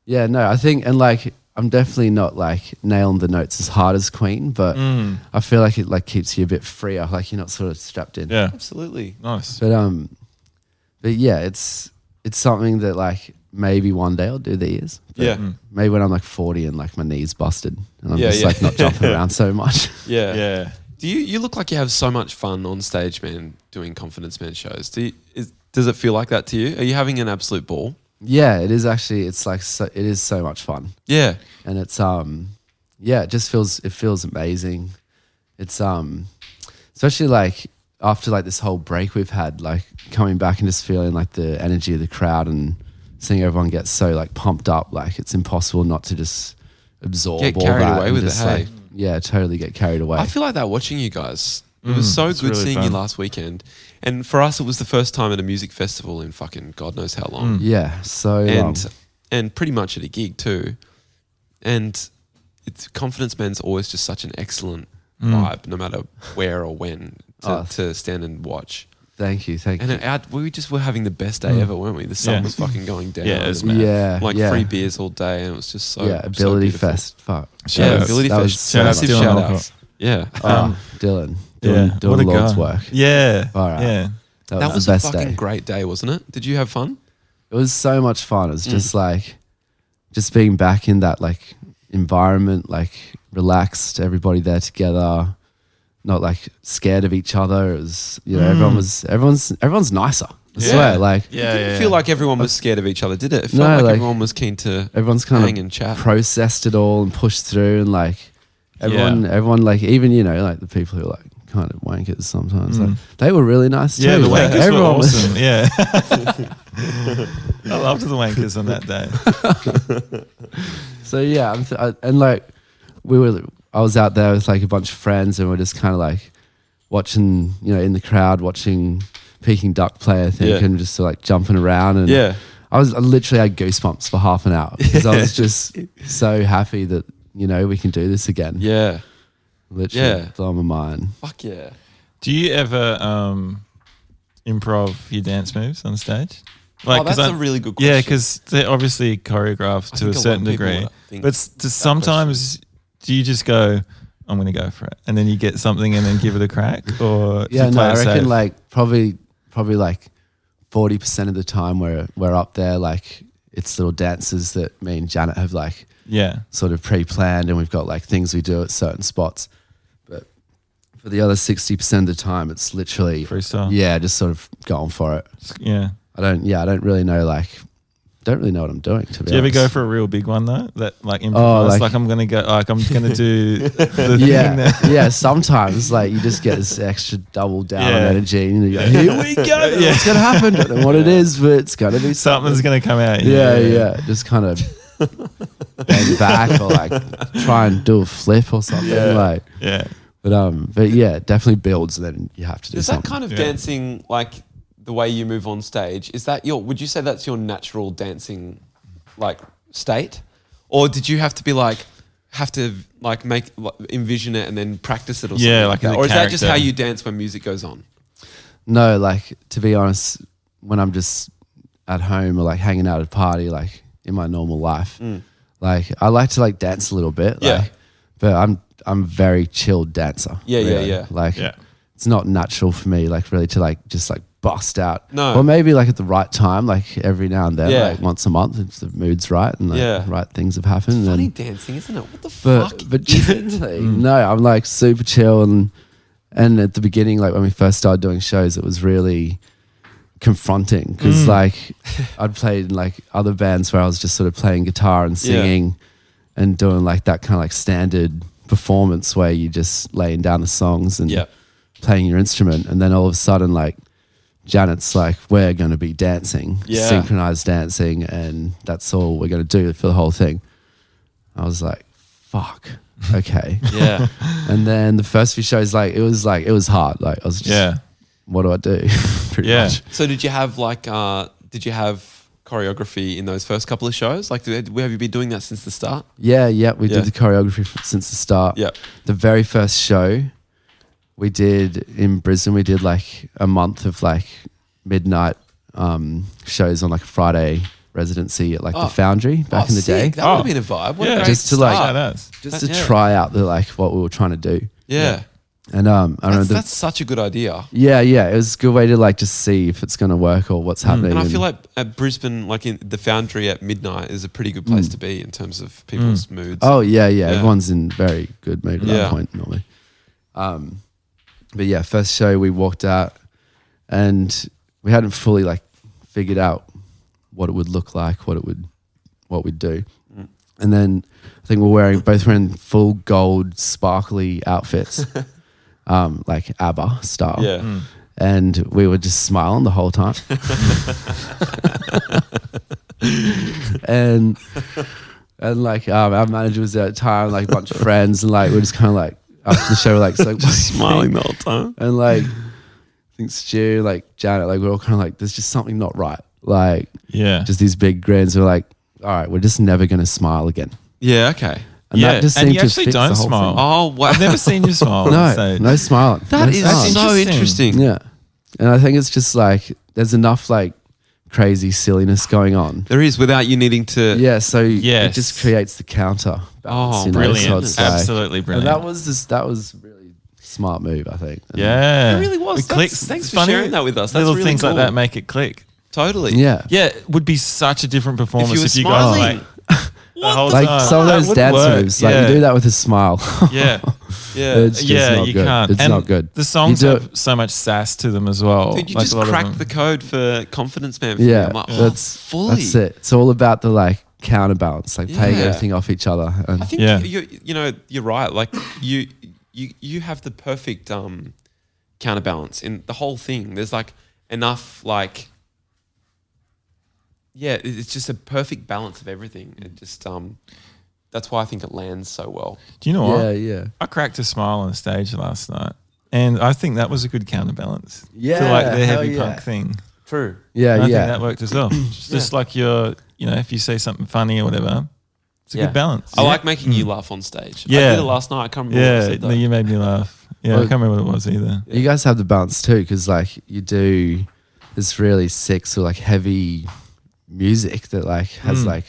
Yeah, no, I think and like I'm definitely not like nailing the notes as hard as Queen, but
Mm.
I feel like it like keeps you a bit freer. Like you're not sort of strapped in.
Yeah.
Absolutely.
Nice.
But um, but yeah, it's it's something that like maybe one day I'll do the ears. But
Yeah.
Mm.
Maybe when I'm like 40 and like my knees busted and I'm
Yeah,
just
yeah.
like not jumping around so much.
Yeah.
Yeah.
Do you? You look like you have so much fun on stage, man. Doing confidence man shows. Do you, is, does it feel like that to you? Are you having an absolute ball?
yeah, it is actually. It's like so, it is so much fun,
Yeah.
and it's um, yeah, it just feels it feels amazing. It's um, especially like after like this whole break we've had, like coming back and just feeling like the energy of the crowd and seeing everyone get so like pumped up, like it's impossible not to just absorb
Get
all
carried
that
away
and
with it,
just,
hey?
Like, yeah, totally get carried away.
I feel like that watching you guys. It was so good
Mm, really
seeing you
fun.
last weekend. And for us, it was the first time at a music festival in fucking God knows how long.
Mm,
yeah, so long.
and and pretty much at a gig too. And it's confidence men's always just such an excellent
Mm.
vibe, no matter where or when to,
Ah.
Oh.
to stand and watch.
thank you, thank
And
you.
it, out, we just were having the best day ever, weren't we? The sun
Mm. Yeah.
was fucking going down.
Yeah, it was
and
mad. Yeah,
like
yeah.
free beers all day, and it was just so
yeah,
so
Ability
beautiful.
Fest. Fuck.
Yeah,
Shout outs.
ability
That was
fest.
so
massive
much fun.
shout outs. Yeah,
Oh, Dylan, doing,
yeah, what
doing
a
Lord's
guy.
work.
Yeah.
All right.
Yeah.
That,
that
was
was
the
a
best
fucking
day.
great day, wasn't it? Did you have fun?
it was so much fun. It was
Mm.
just like, just being back in that like environment, like relaxed, everybody there together, not like scared of each other. It was, you know,
Mm.
everyone was, everyone's, everyone's nicer. I swear, like
it didn't feel like everyone was scared of each other, did it? It felt
No,
like,
like,
everyone was keen to
everyone's kind
hang
of
and chat.
processed it all and pushed through and like everyone, everyone like even you know like the people who are like kind of wankers sometimes, like they were really nice too.
Mm. Yeah, the
like,
wankers were
everyone was-
awesome. Yeah. I loved the wankers on that day.
So yeah, I'm th- I, and like we were, I was out there with like a bunch of friends, and we're just kind of like watching, you know, in the crowd watching Peking Duck play, I think,
Yeah.
and just like jumping around. And
Yeah.
I was I literally had goosebumps for half an hour because I was just so happy that you know we can do this again.
Yeah,
literally
Yeah.
blow my mind.
fuck yeah.
Do you ever um, improv your dance moves on stage? Like,
oh, that's
'cause
a
I-
really good question.
Yeah, because they're obviously choreographed
I think
to a
a lot of
certain
people
degree.
would think
But s- to sometimes do you just go, I'm going to go for it, and then you get something and then give it a crack, or do
Yeah,
you
no,
play
I
it
reckon
safe?
like probably probably like forty percent of the time we're we're up there like it's little dances that me and Janet have like
yeah,
sort of pre-planned and we've got like things we do at certain spots but for the other 60% of the time it's literally
freestyle.
yeah just sort of going for it
yeah.
i don't yeah i don't really know like don't really know what i'm doing to be
Do you ever
honest.
go for a real big one though? That like improvised,
Oh, like-
like, I'm gonna go, like I'm gonna do the thing
yeah
that
yeah sometimes like you just get this extra double down on
Yeah.
energy and you go here we go yeah. it's gonna happen don't know what it is but it's gonna be something
something's gonna come out.
yeah yeah just kind of bend back or like try and do a flip or something like
yeah.
But um, but yeah, it definitely builds, and then you have to do
Is that
something.
kind of
Yeah.
dancing like the way you move on stage? Is that your? Would you say that's your natural dancing, like state, or did you have to be like have to like make like, envision it and then practice it or something?
Yeah, like
that?
in a
or is that just how
character.
you dance when music goes on?
no, like to be honest, when I'm just at home or like hanging out at a party, like in my normal life, like I like to like dance a little bit,
Mm. Yeah.
like, but I'm I'm a very chilled dancer.
Yeah, yeah, yeah.
Like,
Yeah.
it's not natural for me, like really to like just like bust out.
No.
or maybe like at the right time, like every now and then,
Yeah.
like once a month, if the mood's right and like
Yeah.
right things have happened. then-
Funny dancing, isn't it? What the
Um, but
fuck?
but generally,
Mm.
no, I'm like super chill and and at the beginning, like when we first started doing shows, it was really confronting
Mm.
because like I'd played in like other bands where I was just sort of playing guitar and
Yeah.
singing and doing like that kind of like standard performance where you just laying down the songs and
Yeah.
playing your instrument, and then all of a sudden, like Janet's like, we're going to be dancing,
Yeah.
synchronized dancing, and that's all we're going to do for the whole thing. I was like, fuck, okay.
yeah,
and then the first few shows, like, it was like, it was hard. Like, I was just,
Yeah.
what do I do? Pretty
Yeah.
much.
So did you have like uh did you have choreography in those first couple of shows? Like did, have you been doing that since the start?
Yeah, yeah. We
Yeah.
did the choreography f- since the start.
Yeah.
The very first show we did in Brisbane, we did like a month of like midnight um, shows on like a Friday residency at like
Oh.
the Foundry back
Oh,
in the day.
sick. That would have been a vibe. What a
Yeah.
great
Just to, like-
start.
Shout outs.
just to
That- yeah.
try out the like what we were trying to do.
yeah.
And um, I
That's,
remember,
that's such a good idea.
yeah, yeah, it was a good way to like just see if it's gonna work or what's happening.
Mm. And I feel like at Brisbane, like in the Foundry at midnight, is a pretty good place to be in terms of people's
Mm.
moods.
Mm. oh yeah, yeah,
Yeah.
everyone's in very good mood at
Yeah.
that point normally. Um, but yeah, first show we walked out, and we hadn't fully like figured out what it would look like, what it would, what we'd do. And then I think we're wearing both wearing full gold sparkly outfits. um, like ABBA style.
Yeah.
And we were just smiling the whole time. and and like um, our manager was there at the time, like a bunch of friends, and like we are just kind of like after the show, we're like, so, like
Mm.
Just smiling the whole time.
and like I think Stu, like Janet, like we're all kind of like, there's just something not right. Like
Yeah.
just these big grins. We're like, all right, we're just never gonna smile again.
Yeah, okay.
And that just
and
seemed
you
to
actually
fix the
don't
whole
smile.
thing.
Oh, wow.
I've never seen you smile. on
No,
stage.
no smiling.
That
no
is
smiling.
so
interesting.
interesting.
yeah. And I think it's just like there's enough like crazy silliness going on.
There is without you needing to.
Yeah, so
Yes.
it just creates the counter.
Oh,
you know,
Brilliant.
so it's like-
Absolutely
And
brilliant.
that was this. That was really smart move, I think. And
yeah.
It really was.
It
That's-
clicks.
thanks for
Funny
sharing that with us. That's
little
really
things
cool.
like that make it click.
Totally.
Yeah.
Yeah, it would be such a different performance if you,
were
guys
smiling.
like the whole
Like
time.
some of
That
those
wouldn't
dance
work.
moves, like
yeah.
you do that with a smile.
Yeah, yeah,
It's just
yeah.
not
you
good.
can't.
It's
and
not good.
The songs
You do
have so much sass to them as well.
Dude, you
Like,
just
a lot of
cracked the
them.
code for confidence, man. For
yeah,
me. I'm like, oh,
that's
fully.
that's it. It's all about the like counterbalance, like paying
Yeah.
everything off each other. And
I think
Yeah.
you, you you know you're right. Like you you you have the perfect um, counterbalance in the whole thing. There's like enough like yeah, it- it's just a perfect balance of everything. It just um that's why I think it lands so well.
Do you know what?
yeah, yeah,
I cracked a smile on stage last night, and I think that was a good counterbalance. to
Yeah,
like the
hell
heavy
yeah.
punk thing.
True.
yeah,
And I
yeah.
think that worked as well. Just like your, you know, if you say something funny or whatever, it's a
Yeah.
good balance.
I like making you laugh on stage. I
Mm. Yeah.
did it last night. I can't remember. what I
Yeah,
said,
no,
though.
you made me laugh. Yeah, I
Well-
can't remember what it was either.
You guys have the balance too, because like you do this really sick sort of like heavy music that like
Hmm.
has like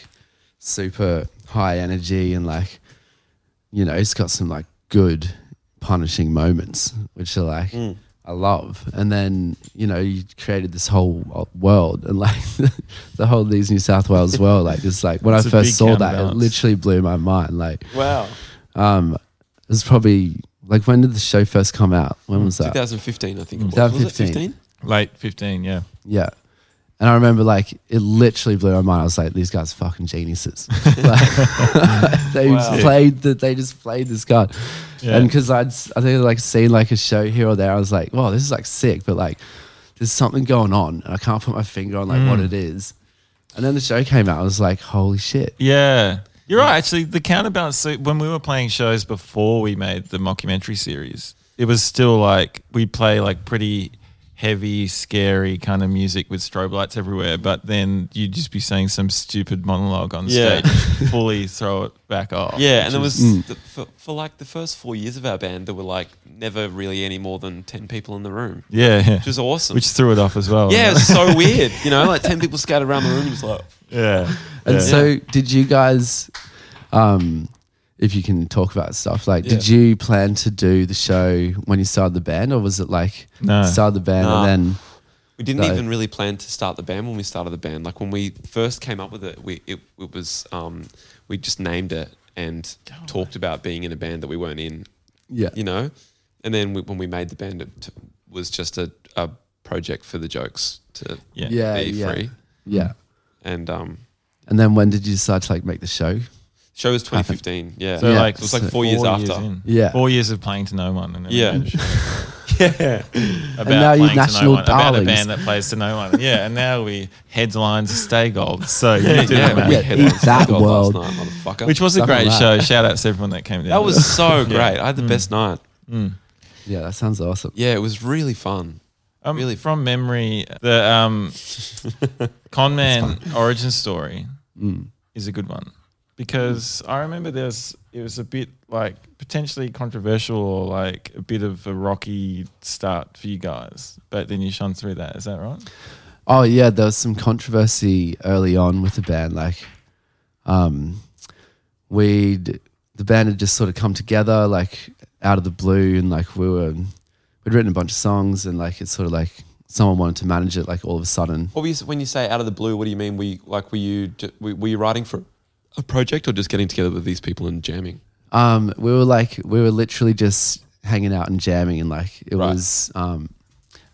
super high energy and like you know it's got some like good punishing moments, which are like
Hmm.
I love. And then you know you created this whole wo- world and like the whole these New South Wales world, like just like when
It's
I
a big
first saw that, it
counterbalance.
literally blew my mind. Like
Wow.
um, it was probably like when did the show first come out?
Mm,
When was that?
2015, I think. It was. Was it
2015.
15?
Late 15, yeah.
Yeah. And I remember like it literally blew my mind. I was like, these guys are fucking geniuses. like, they
Wow.
played that they just played this card.
Yeah.
And because I'd s- I think I'd, like seen like a show here or there, I was like, wow, this is like sick, but like there's something going on and I can't put my finger on like what
Mm.
it is. And then the show came out, I was like, holy shit.
Yeah. You're right. Actually, the counterbalance, so when we were playing shows before we made the mockumentary series, it was still like we play like pretty heavy, scary kind of music with strobe lights everywhere, but then you'd just be saying some stupid monologue on
Yeah.
stage, fully throw it back off.
Yeah, and
which
there
is-
was the, for, for like the first four years of our band, there were like never really any more than ten people in the room,
Yeah. yeah.
which was awesome.
Which threw it off as well.
yeah, it was so weird. You know, like ten people scattered around the room. It was like
Yeah.
And
yeah.
so did you guys um if you can talk about stuff, like did
Yeah.
you plan to do the show when you started the band or was it like
No.
started the band
Nah.
and then
we didn't
Right.
even really plan to start the band when we started the band. Like when we first came up with it, we it, it was um, we just named it and talked about being in a band that we weren't in.
Yeah.
you know. And then we, when we made the band, it t- was just a, a project for the jokes to
Yeah.
Yeah.
be
yeah.
free. Mm.
Yeah.
And um,
And then when did you decide to like make the show?
show was 2015. Yeah,
So
Yeah.
like
it was like four years after.
in.
Yeah.
Four years of playing to no one. And then we
Yeah.
made a show.
yeah.
About
now you're
playing to
national
no one, about a
darlings.
band that plays to no one. Yeah, and now we headlines Stay Gold. So yeah,
Yeah,
you do
yeah,
know
we
Yeah,
that.
had that,
eat that
God
world.
Last night, motherfucker.
which was a
Stuff
great
like
show.
that.
Shout out to everyone that came down.
that was so great. I had
Mm.
the best night.
Yeah, that sounds awesome.
Yeah, it was really fun.
um,
really-
from memory. The um, con man origin story
Mm.
is a good one because I remember there's it was a bit like potentially controversial or like a bit of a rocky start for you guys, but then you shone through that. Is that right?
Oh yeah, there was some controversy early on with the band. Like, um, we'd the band had just sort of come together like out of the blue, and like we were we'd written a bunch of songs, and like it's sort of like someone wanted to manage it like all of a sudden.
What were you, when you say out of the blue, what do you mean? Were you, like, were you ju- were were you writing for a project or just getting together with these people and jamming?
Um, we were like we were literally just hanging out and jamming, and like it
Right.
was um,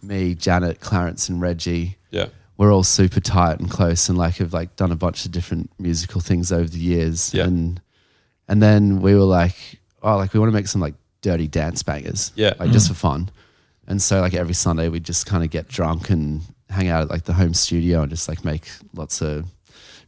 me, Janet, Clarence, and Reggie.
Yeah,
we're all super tight and close and like have like done a bunch of different musical things over the years
Yeah.
and and then we were like oh like we want to make some like dirty dance bangers.
Yeah.
Like just for fun. And so like every Sunday we'd just kind of get drunk and hang out at like the home studio and just like make lots of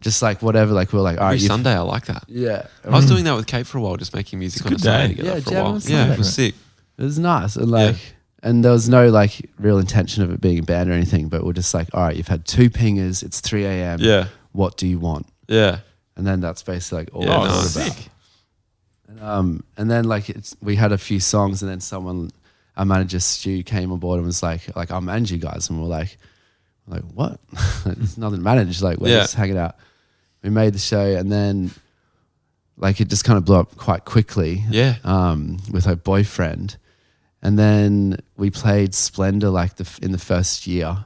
just like whatever. Like we were like, all right,
Every
you've-
Sunday, I like that.
Yeah.
I was doing that with Kate for a while, just making music
It's a
on a
good
Sunday
day.
together
Yeah,
for a
jam
while. Yeah,
on Sunday.
it was sick.
It was nice. And like, and there was no like real intention of it being a band or anything, but we're just like, all right, you've had two pingers. It's 3 a.m.
Yeah,
What do you want?
yeah.
And then that's basically like all
Yeah, no,
it was about. And, um, and then like it's, we had a few songs and then someone, our manager Stu came on board and was like, like I'll manage you guys. And we're like, like what? it's nothing to manage. Like we're
Yeah.
just hanging out. We made the show and then like it just kind of blew up quite quickly
Yeah.
um, with her boyfriend, and then we played Splendor like the in the first year,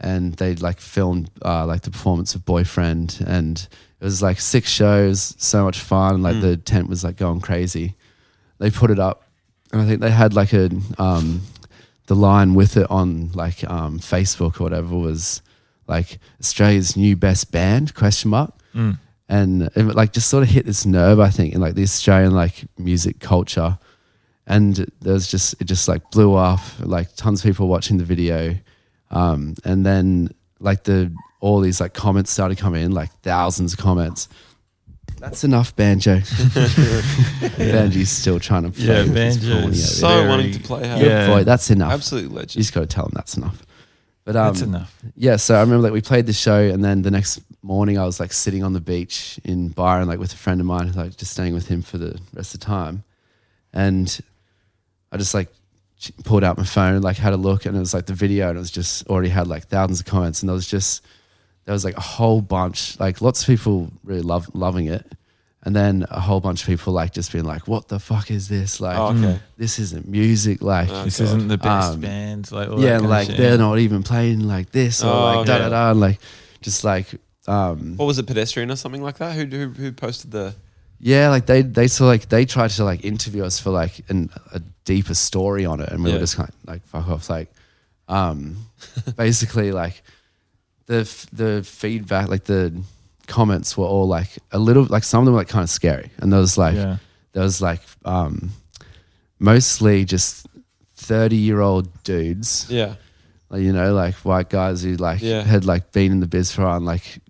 and they like filmed uh, like the performance of Boyfriend, and it was like six shows, so much fun. Like the tent was like going crazy. They put it up, and I think they had like a um, the line with it on like um, Facebook or whatever was like Australia's new best band question mark
Mm.
and it, like just sort of hit this nerve I think in like the Australian like music culture and there was just it just like blew up like tons of people watching the video um, and then like the all these like comments started coming in like thousands of comments that's enough banjo Banjo's still trying to play
Yeah,
with his
Banjo's
corny over
so
there.
So
Very-
wanting to play how
Yeah.
Boy, that's enough
absolute
you
legend.
just got to tell them that's enough but um,
That's enough.
yeah, so I remember like we played the show, and then the next morning I was like sitting on the beach in Byron, like with a friend of mine, like just staying with him for the rest of the time, and I just like ch- pulled out my phone, like had a look, and it was like the video, and it was just already had like thousands of comments, and there was just there was like a whole bunch, like lots of people really love loving it, and then a whole bunch of people like just being like, "What the fuck is this? Like,
Oh, okay. Oh,
this isn't music." Like,
This isn't the best
Um,
band. Like, all that
yeah,
kind
and
of
like
shit.
they're not even playing like this or
Oh,
like da
okay.
da da, and like just like um
What was it, pedestrian or something like that? Who who, who posted the?
yeah, like they they so like they tried to like interview us for like an, a deeper story on it, and we
Yeah.
were just kind of like fuck off, like um basically like the f- the feedback, like the comments were all like a little like some of them were like kind of scary, and there was like
Yeah.
there was like um mostly just thirty year old dudes
Yeah,
like, you know, like white guys who like
Yeah.
had like been in the biz for a while and like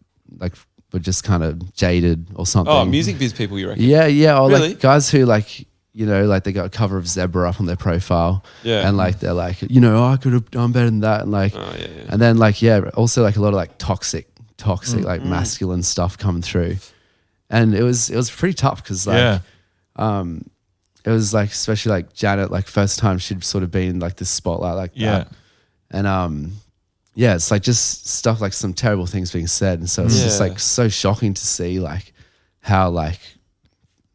like were just kind of jaded or something.
oh, music biz people, you reckon?
Yeah, yeah, or
Really?
like guys who like you know, like they got a cover of Zebra up on their profile,
Yeah.
and like they're like, you know, "Oh, I could have done better than that, and like,
Oh yeah, yeah.
and then like yeah, also like a lot of like toxic, toxic like
Mm.
masculine stuff coming through, and it was it was pretty tough because like
yeah.
it was like especially like Janet, like first time she'd sort of been in like this spotlight like
Yeah.
that. And um yeah, it's like just stuff like some terrible things being said. And so it's just
Yeah.
like so shocking to see like how like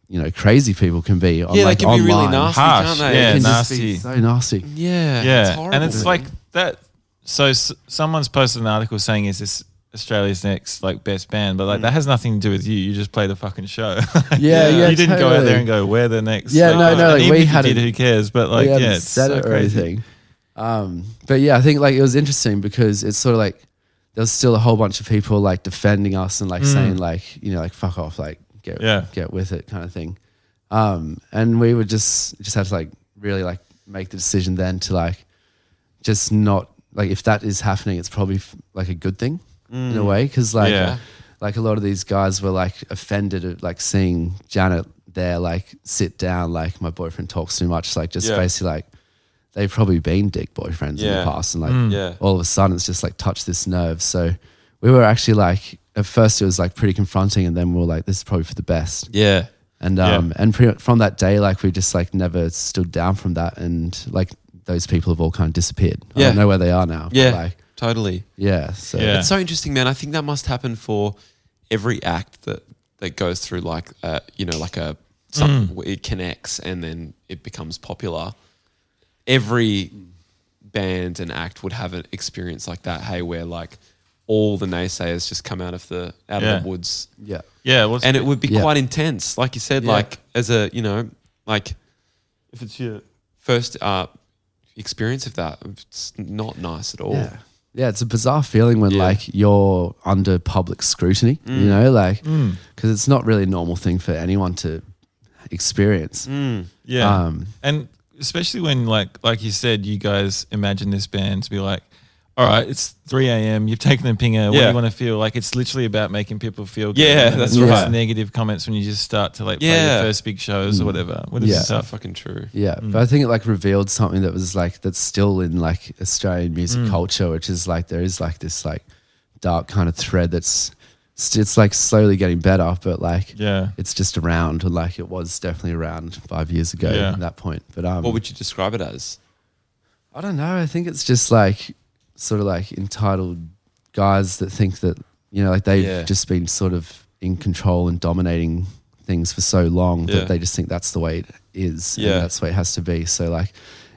you know, crazy people can be on
Yeah,
like
they can be really
online.
nasty,
Harsh,
can't they?
They
yeah.
can
nasty.
just be so nasty.
yeah,
yeah,
horrible.
and it's like that. So s- someone's posted an article saying, "Is this Australia's next like best band?" But like that has nothing to do with you. You just play the fucking show.
Hmm. Yeah, yeah,
you didn't go out
totally.
there and go, "We're the next."
Yeah, no,
band."
no,
And
like,
even
we
if you
hadn't-
did, who cares? But like,
we haven't
yeah, it's
said
so
it or
crazy.
anything. Um, but yeah, I think like it was interesting because it's sort of like there's still a whole bunch of people like defending us and like saying like you know like fuck off like get
Mm. Yeah.
get with it kind of thing. Um, and we would just just have to like really like make the decision then to like just not like if that is happening, it's probably f- like a good thing in a way because like
Mm. Yeah.
like a lot of these guys were like offended at like seeing Janet there like sit down like my boyfriend talks too much like just
Yeah.
basically like they've probably been dick boyfriends
Yeah.
in the past and like
hmm.
yeah,
all of a sudden it's just like touched this nerve so we were actually like at first it was like pretty confronting and then we were like this is probably for the best
yeah.
and um and pretty much from that day like we just like never stood down from that and like those people have all kind of disappeared i
Yeah.
don't know where they are now but,
Yeah,
like
totally.
yeah so
Yeah.
It's so interesting, man. I think that must happen for every act that that goes through, like uh, you know, like a
Hmm.
something where it connects and then it becomes popular. Every band and act would have an experience like that. Hey, where like all the naysayers just come out of the out
Yeah.
of the woods,
yeah
Yeah, what's
and it would be
Yeah.
quite intense. Like you said,
Yeah.
like as a you know, like
if it's your
first uh, experience of that, it's not nice at all.
Yeah. Yeah, it's a bizarre feeling when
Yeah.
like you're under public scrutiny, you know, like because it's not really a normal thing for anyone to experience.
Yeah.
Um,
and especially when like like you said, you guys imagine this band to be like, all right, it's three a.m. You've taken the pinger. What do
Yeah.
you want to feel? Like it's literally about making people feel. good.
Yeah,
And
that's
it's
right.
Negative comments when you just start to like play
Yeah.
your first big shows or whatever. What is
Mm. Yeah.
this stuff?
Fucking true.
Yeah, but I think it like revealed something that was like that's still in like Australian music culture, which is like there is like this like dark kind of thread that's st- it's like slowly getting better, but like
Yeah.
it's just around and like it was definitely around five years ago
Yeah.
at that point. But um,
What would you describe it as?
I don't know. I think it's just like sort of like entitled guys that think that you know like they've
Yeah.
just been sort of in control and dominating things for so long
Yeah.
that they just think that's the way it is.
Yeah.
And that's the way it has to be. So like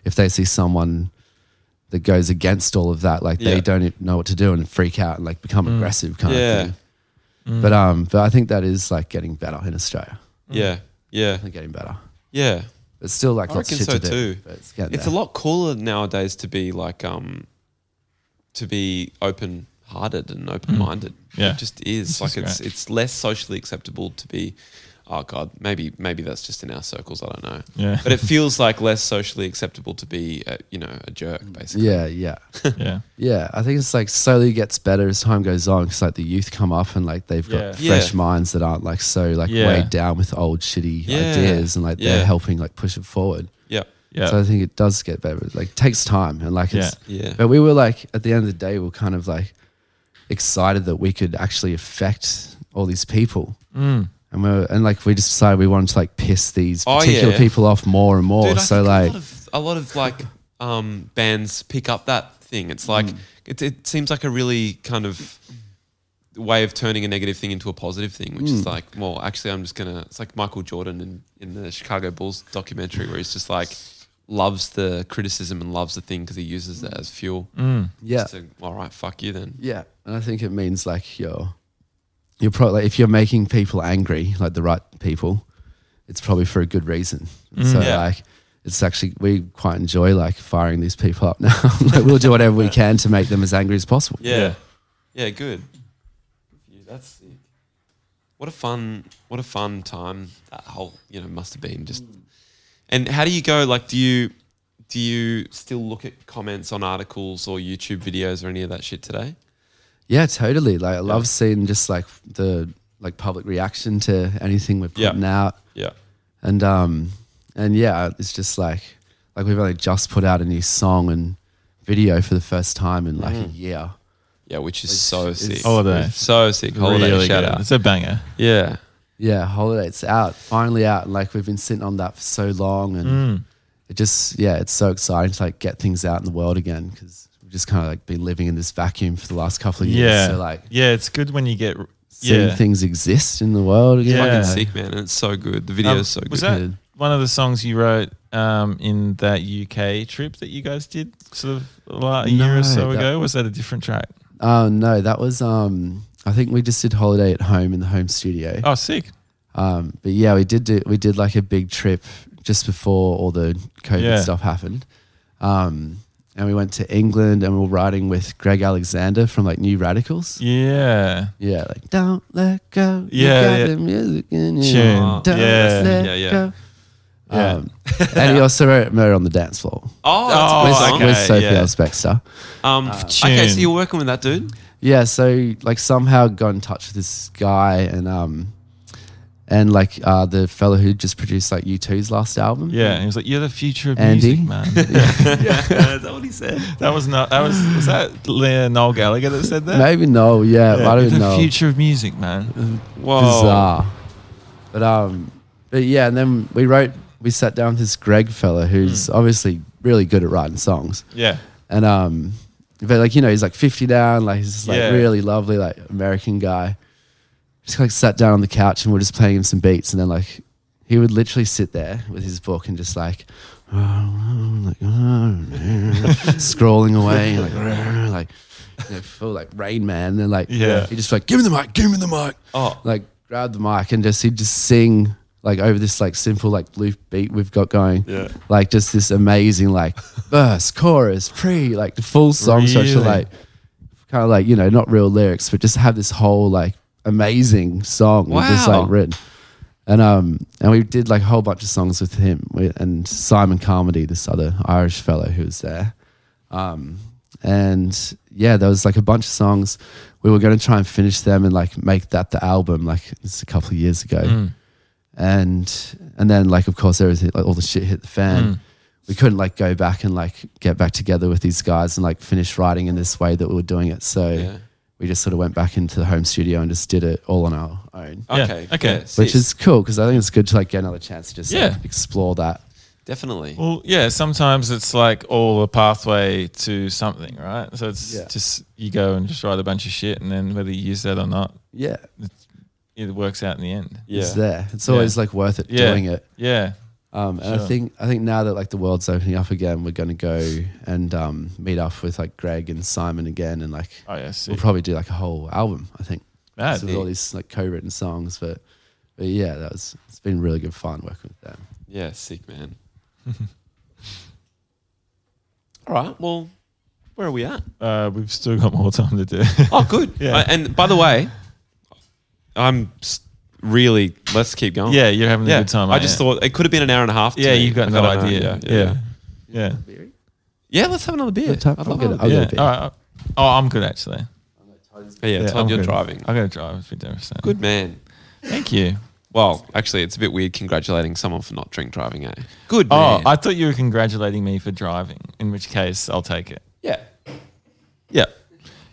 if they see someone that goes against all of that, like
Yeah.
they don't even know what to do and freak out and like become aggressive kind
Yeah.
of thing. But um but I think that is like getting better in Australia.
Yeah. Yeah.
Definitely getting better.
Yeah.
It's still like
I
lots
reckon
of shit
so
to do.
too.
but It's, getting
It's
there.
a lot cooler nowadays to be like um to be open hearted and open minded.
Yeah.
It just is.
This
like
is
it's
great.
it's less socially acceptable to be oh god, maybe maybe that's just in our circles, I don't know.
Yeah.
But it feels like less socially acceptable to be a, you know, a jerk basically.
Yeah, yeah.
yeah.
Yeah, I think it's like slowly gets better as time goes on because like the youth come up and like they've got
Yeah.
fresh
Yeah.
minds that aren't like so like
Yeah.
weighed down with old shitty
Yeah.
ideas and like they're
Yeah.
helping like push it forward.
Yeah.
Yeah.
So I think it does get better. It, Like takes time and like it's
Yeah.
But we were like at the end of the day, we are kind of like excited that we could actually affect all these people. And we were, and like we just decided we wanted to like piss these
Mm. Oh,
particular
yeah.
people off more and more.
Dude, I
Oh, so
think
like
a lot of, a lot of like um, bands pick up that thing. It's like
Mm.
it, it seems like a really kind of way of turning a negative thing into a positive thing, which
Mm.
is like, well, actually, I'm just gonna. It's like Michael Jordan in in the Chicago Bulls documentary where he's just like loves the criticism and loves the thing because he uses it as fuel.
yeah.
Just to, all right, fuck you then.
Yeah, and I think it means like you're you're probably if you're making people angry, like the right people, it's probably for a good reason. so
Mm. Yeah.
like it's actually we quite enjoy like firing these people up now. like we'll do whatever we can to make them as angry as possible.
Yeah. Yeah, good. Yeah, That's sick. What a fun what a fun time that whole you know must have been just and how do you go like do you do you still look at comments on articles or YouTube videos or any of that shit today?
Yeah, totally. Like I love seeing just like the like public reaction to anything we're
Yeah.
putting out.
Yeah.
and um and yeah it's just like like we've only just put out a new song and video for the first time in like a
Mm.
year
Yeah, which is so sick.
Holiday.
So sick. Holiday
Really
shout
good.
out.
It's a banger.
Yeah.
yeah holiday it's out finally out and like we've been sitting on that for so long and
Mm.
it just yeah it's so exciting to like get things out in the world again because we've just kind of like been living in this vacuum for the last couple of years
Yeah.
so like
yeah, it's good when you get
seeing
yeah.
things exist in the world again
Yeah.
Fucking sick, man. And it's so good. The video
Um,
is so good.
Was that one of the songs you wrote um, in that UK trip that you guys did sort of a lo- a year
No,
or so
that-
ago? Was that a different track?
oh no that was um i think we just did holiday at home in the home studio
Oh, sick.
Um, but yeah, we did do, we did like a big trip just before all the COVID
Yeah.
stuff happened. Um, and we went to England and we were riding with Greg Alexander from like New Radicals.
Yeah.
Yeah, like don't let go. You
Yeah,
got
yeah.
the music in you.
Tune.
Don't
Yeah.
let
Yeah, yeah.
go.
Yeah.
Um, and he also wrote Murder on the Dance Floor
Oh, that's a
Oh,
with,
good song.
okay,
with Sophie
yeah.
L. Spector.
Um, okay, so
Tune.
you're working with that dude?
yeah so like somehow got in touch with this guy and um and like uh the fellow who just produced like u2's last album
Yeah. And he was like, You're the future of
Andy?
music, man.
That's what he said?
that was not, that was, was that Le- Noel Gallagher that said that?
maybe no yeah, i
You're
don't
the
know
future Oh. of music, man.
Whoa.
bizarre but um but yeah and then we wrote we sat down with this greg fella
Hmm.
who's obviously really good at writing songs
Yeah.
and um but like you know he's like 50 now and like he's just like
Yeah.
really lovely like american guy just like sat down on the couch and we're just playing him some beats and then like he would literally sit there with his book and just like like scrolling away like like you know, full like rain man and then like
Yeah.
he just like give me the mic give me the mic
Oh.
like grab the mic and just he'd just sing like over this like simple like loop beat we've got going.
Yeah.
Like just this amazing like verse, chorus, pre, like the full song structure,
Really?
like kind of like, you know, not real lyrics, but just have this whole like amazing song we've just
Wow.
like written. And um and we did like a whole bunch of songs with him we, and Simon Carmody, this other Irish fellow who was there. Um and yeah, there was like a bunch of songs. We were going to try and finish them and like make that the album. Like it's a couple of years ago, and and then like of course everything like all the shit hit the fan. We couldn't like go back and like get back together with these guys and like finish writing in this way that we were doing it. So we just sort of went back into the home studio and just did it all on our own,
Yeah,
Okay.
okay.
yeah,
which
sick.
is cool because I think it's good to like get another chance to just like,
Yeah.
explore that.
definitely.
Well, yeah, sometimes it's like all a pathway to something, right? So it's
Yeah.
just you go and just write a bunch of shit, and then whether you use that or not,
Yeah,
it works out in the end.
it's
Yeah.
there. It's always like worth it
Yeah.
doing it.
Yeah.
Um, and I
Sure.
think I think now that like the world's opening up again, we're going to go and um, meet up with like Greg and Simon again, and like
Oh, yeah.
we'll
Sick.
probably do like a whole album. I think
Mad.
just with all these like co-written songs, but but yeah, that was it's been really good fun working with them.
Yeah, sick man. All right. Well, where are we at?
Uh, we've still got more time to do.
Oh, good.
Yeah.
Uh, and by the way, I'm s- really. Let's keep going.
yeah, you're having a
Yeah.
good time.
I
aren't
just
you?
thought it could have been an hour and a half. to
Yeah,
me.
you've got
I
no
don't know.
idea.
Yeah, yeah.
Yeah.
Yeah, let's have another beer.
Good time.
I'd
I'm
love
good.
another
I'll
beer.
Yeah.
get a bit.
All right. Oh, I'm good actually.
Yeah, yeah, Todd,
I'm
you're
good.
driving.
I'm going to drive. It's been devastating.
Good man.
Thank you.
Well, actually, it's a bit weird congratulating someone for not drink driving. Eh? Good
Oh,
man.
I thought you were congratulating me for driving, in which case I'll take it.
yeah.
Yeah.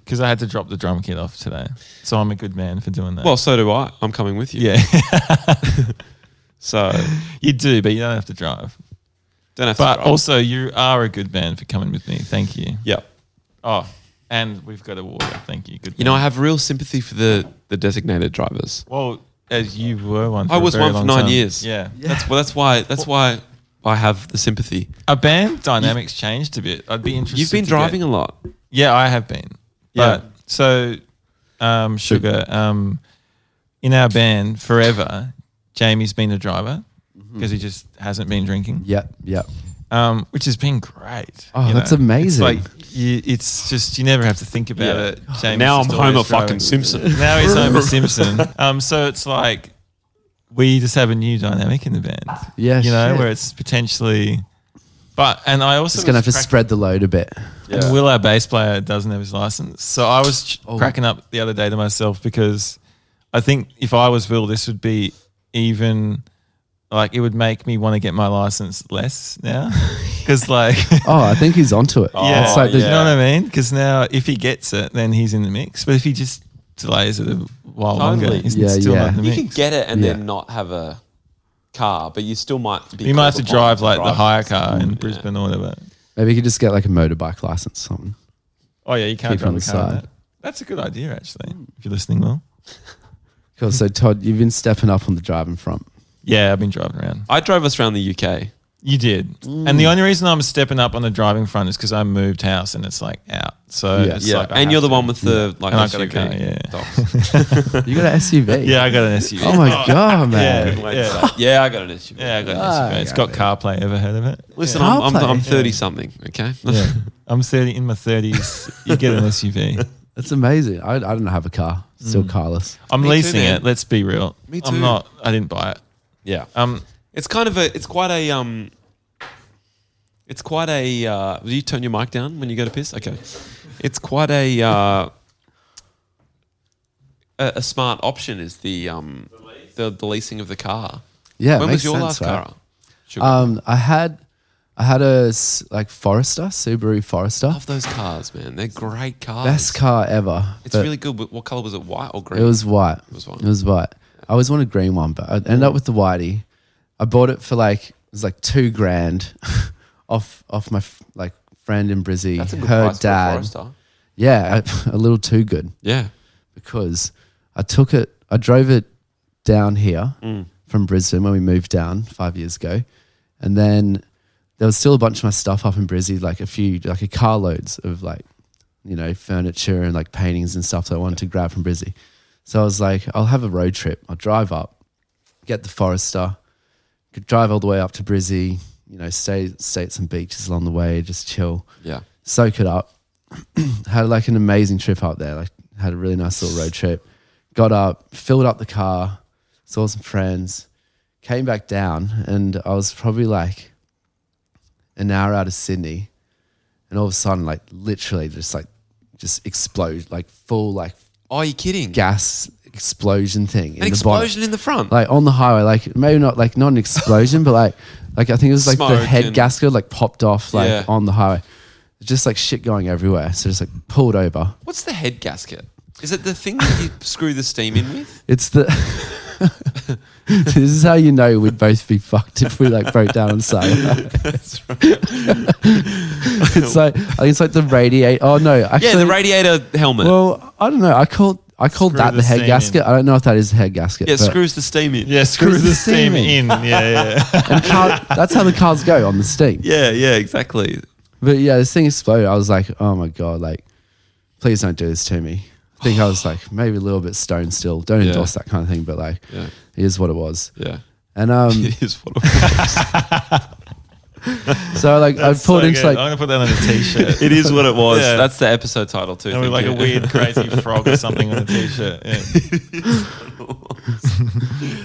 Because I had to drop the drum kit off today. So I'm a good man for doing that.
Well, so do I. I'm coming with you.
yeah,
So
you do, but you don't have to drive.
don't have
But
to. drive.
also, you are a good man for coming with me. Thank you.
yeah.
Oh, and we've got a water. Thank you. Good.
You know, I
man.
have real sympathy for the the designated drivers.
well, as you were one. For
I
a
was
very
one for
long
nine
time.
years.
Yeah.
That's well. That's why. That's why I have the sympathy.
Our band dynamics changed a bit. I'd be interested.
You've been
to get-
driving a lot.
Yeah, I have been.
Yeah.
But so, um, sugar. Um, in our band forever, Jamie's been a driver
Mm-hmm.
because he just hasn't been drinking.
Yeah, yeah.
um, which has been great.
Oh,
you
that's
know.
amazing.
It's like you, it's just you never have to think about
Yeah. Oh,
it. James
now
is
I'm
always
Homer
driving.
fucking Simpson.
Now he's Homer Simpson. Um, so it's like we just have a new dynamic in the band.
Yeah,
you know
shit.
where it's potentially, but and I also
Just gonna have
was
to
crack-
spread the load a bit.
and Will, our bass player, doesn't have his license. So I was ch-
Oh.
cracking up the other day to myself because I think if I was Will, this would be even like it would make me want to get my license less now. Because, like,
Oh, I think he's onto it.
yeah,
it's like
you
the-
know what I mean? Because now if he gets it, then he's in the mix. But if he just delays it a while
Totally.
longer, he's
Yeah,
still
yeah.
not in the
You
mix.
could get it and
Yeah.
then not have a car, but you still might be.
you might have to
called
drive
upon
like the hire
drive.
car in Brisbane or whatever.
maybe you could just get like a motorbike license, or something.
Oh, yeah, you can't
Keep it
drive
on
a
the
car. in
side.
that. That's a good idea, actually, if you're listening, Will.
Cool. So Todd, you've been stepping up on the driving front.
Yeah, I've been driving around.
I drove us around the UK.
You did. And the only reason I'm stepping up on the driving front is because I moved house and it's like out. So
Yeah.
it's
yeah,
like I
and
have
you're the
to-
one with the like
And I got a
SUV.
car, yeah.
dogs.
You got an SUV.
Yeah, I got an SUV.
Oh my god, man.
Yeah, yeah,
yeah, I got an issue.
yeah, I got an
Ah,
SUV. It's
yeah,
got CarPlay. Ever heard of it?
Listen,
Yeah.
I'm, I'm, I'm
CarPlay.
30 something. Okay.
Yeah. I'm 30 in my 30s. You get an SUV.
That's amazing. I, I don't have a car.
Mm.
Still carless.
I'm
Me too,
leasing
man.
it. Let's be real.
Me too.
I'm not. I didn't buy it.
yeah.
Um.
It's kind of a. It's quite a. Um. It's quite a. Uh, will you turn your mic down when you go to piss? Okay. It's quite a. Uh, a, a smart option is the um the, the leasing of the car.
Yeah. it
when was
makes
your last
sense, right?
car? Sugar.
Um, I had, I had a s- like Forester, Subaru Forester,
Love those cars, man. They're great cars.
best car ever.
It's
but
really good. But what color was it? White or green?
It was white. It
was
was
white.
white. I always wanted a green one, but I ended up with the whitey. I bought it for like it was like two grand, off off my f- like friend in Brizzy.
That's a good
her
price for a
dad.
Forester.
yeah, a, a little too good.
Yeah.
because I took it, I drove it down here from Brisbane when we moved down five years ago. And then there was still a bunch of my stuff up in Brizzy, like a few, like a carloads of like, you know, furniture and like paintings and stuff that I wanted to grab from Brizzy. So I was like, I'll have a road trip. I'll drive up, get the Forester, could drive all the way up to Brizzy, you know, stay, stay at some beaches along the way, just chill
Yeah.
soak it up. had like an amazing trip up there. Like had a really nice little road trip. Got up, filled up the car, saw some friends, came back down, and I was probably like an hour out of Sydney, and all of a sudden, like literally, just like just explode, like full like
Oh, are you kidding?
gas explosion thing.
An explosion in the front.
like on the highway, like maybe not like not an explosion, but like like I think it was like the
Smoke
head
and-
gasket like popped off like
Yeah.
on the highway. Just like shit going everywhere. So just like pulled over.
What's the head gasket? Is it the thing that you screw the steam in with?
It's the This is how you know we'd both be fucked if we like broke down on site.
That's right.
It's like I think it's like the radiator. Oh no, actually,
Yeah, the radiator helmet.
Well, I don't know. I called I called
Screw
that the,
the
head
steam
gasket. I don't know if that is the head gasket.
yeah,
but-
screws the steam in.
Yeah, screw
Screws
the
the
steam in.
steam
Yeah, yeah.
and car, that's how the cars go on the steam.
Yeah, yeah, exactly.
But yeah, this thing exploded. I was like, oh my God, like, please don't do this to me. I think I was like, maybe a little bit stoned still. Don't
Yeah.
endorse that kind of thing, but like,
Yeah.
it is what it was.
Yeah.
And um,
It is what it
so like, I pulled
So
into
good.
like,
I'm gonna put that on a t-shirt.
It is what it was.
Yeah.
That's the episode title too.
And with like
thank
a
you.
weird, crazy frog or something on a t-shirt. Yeah.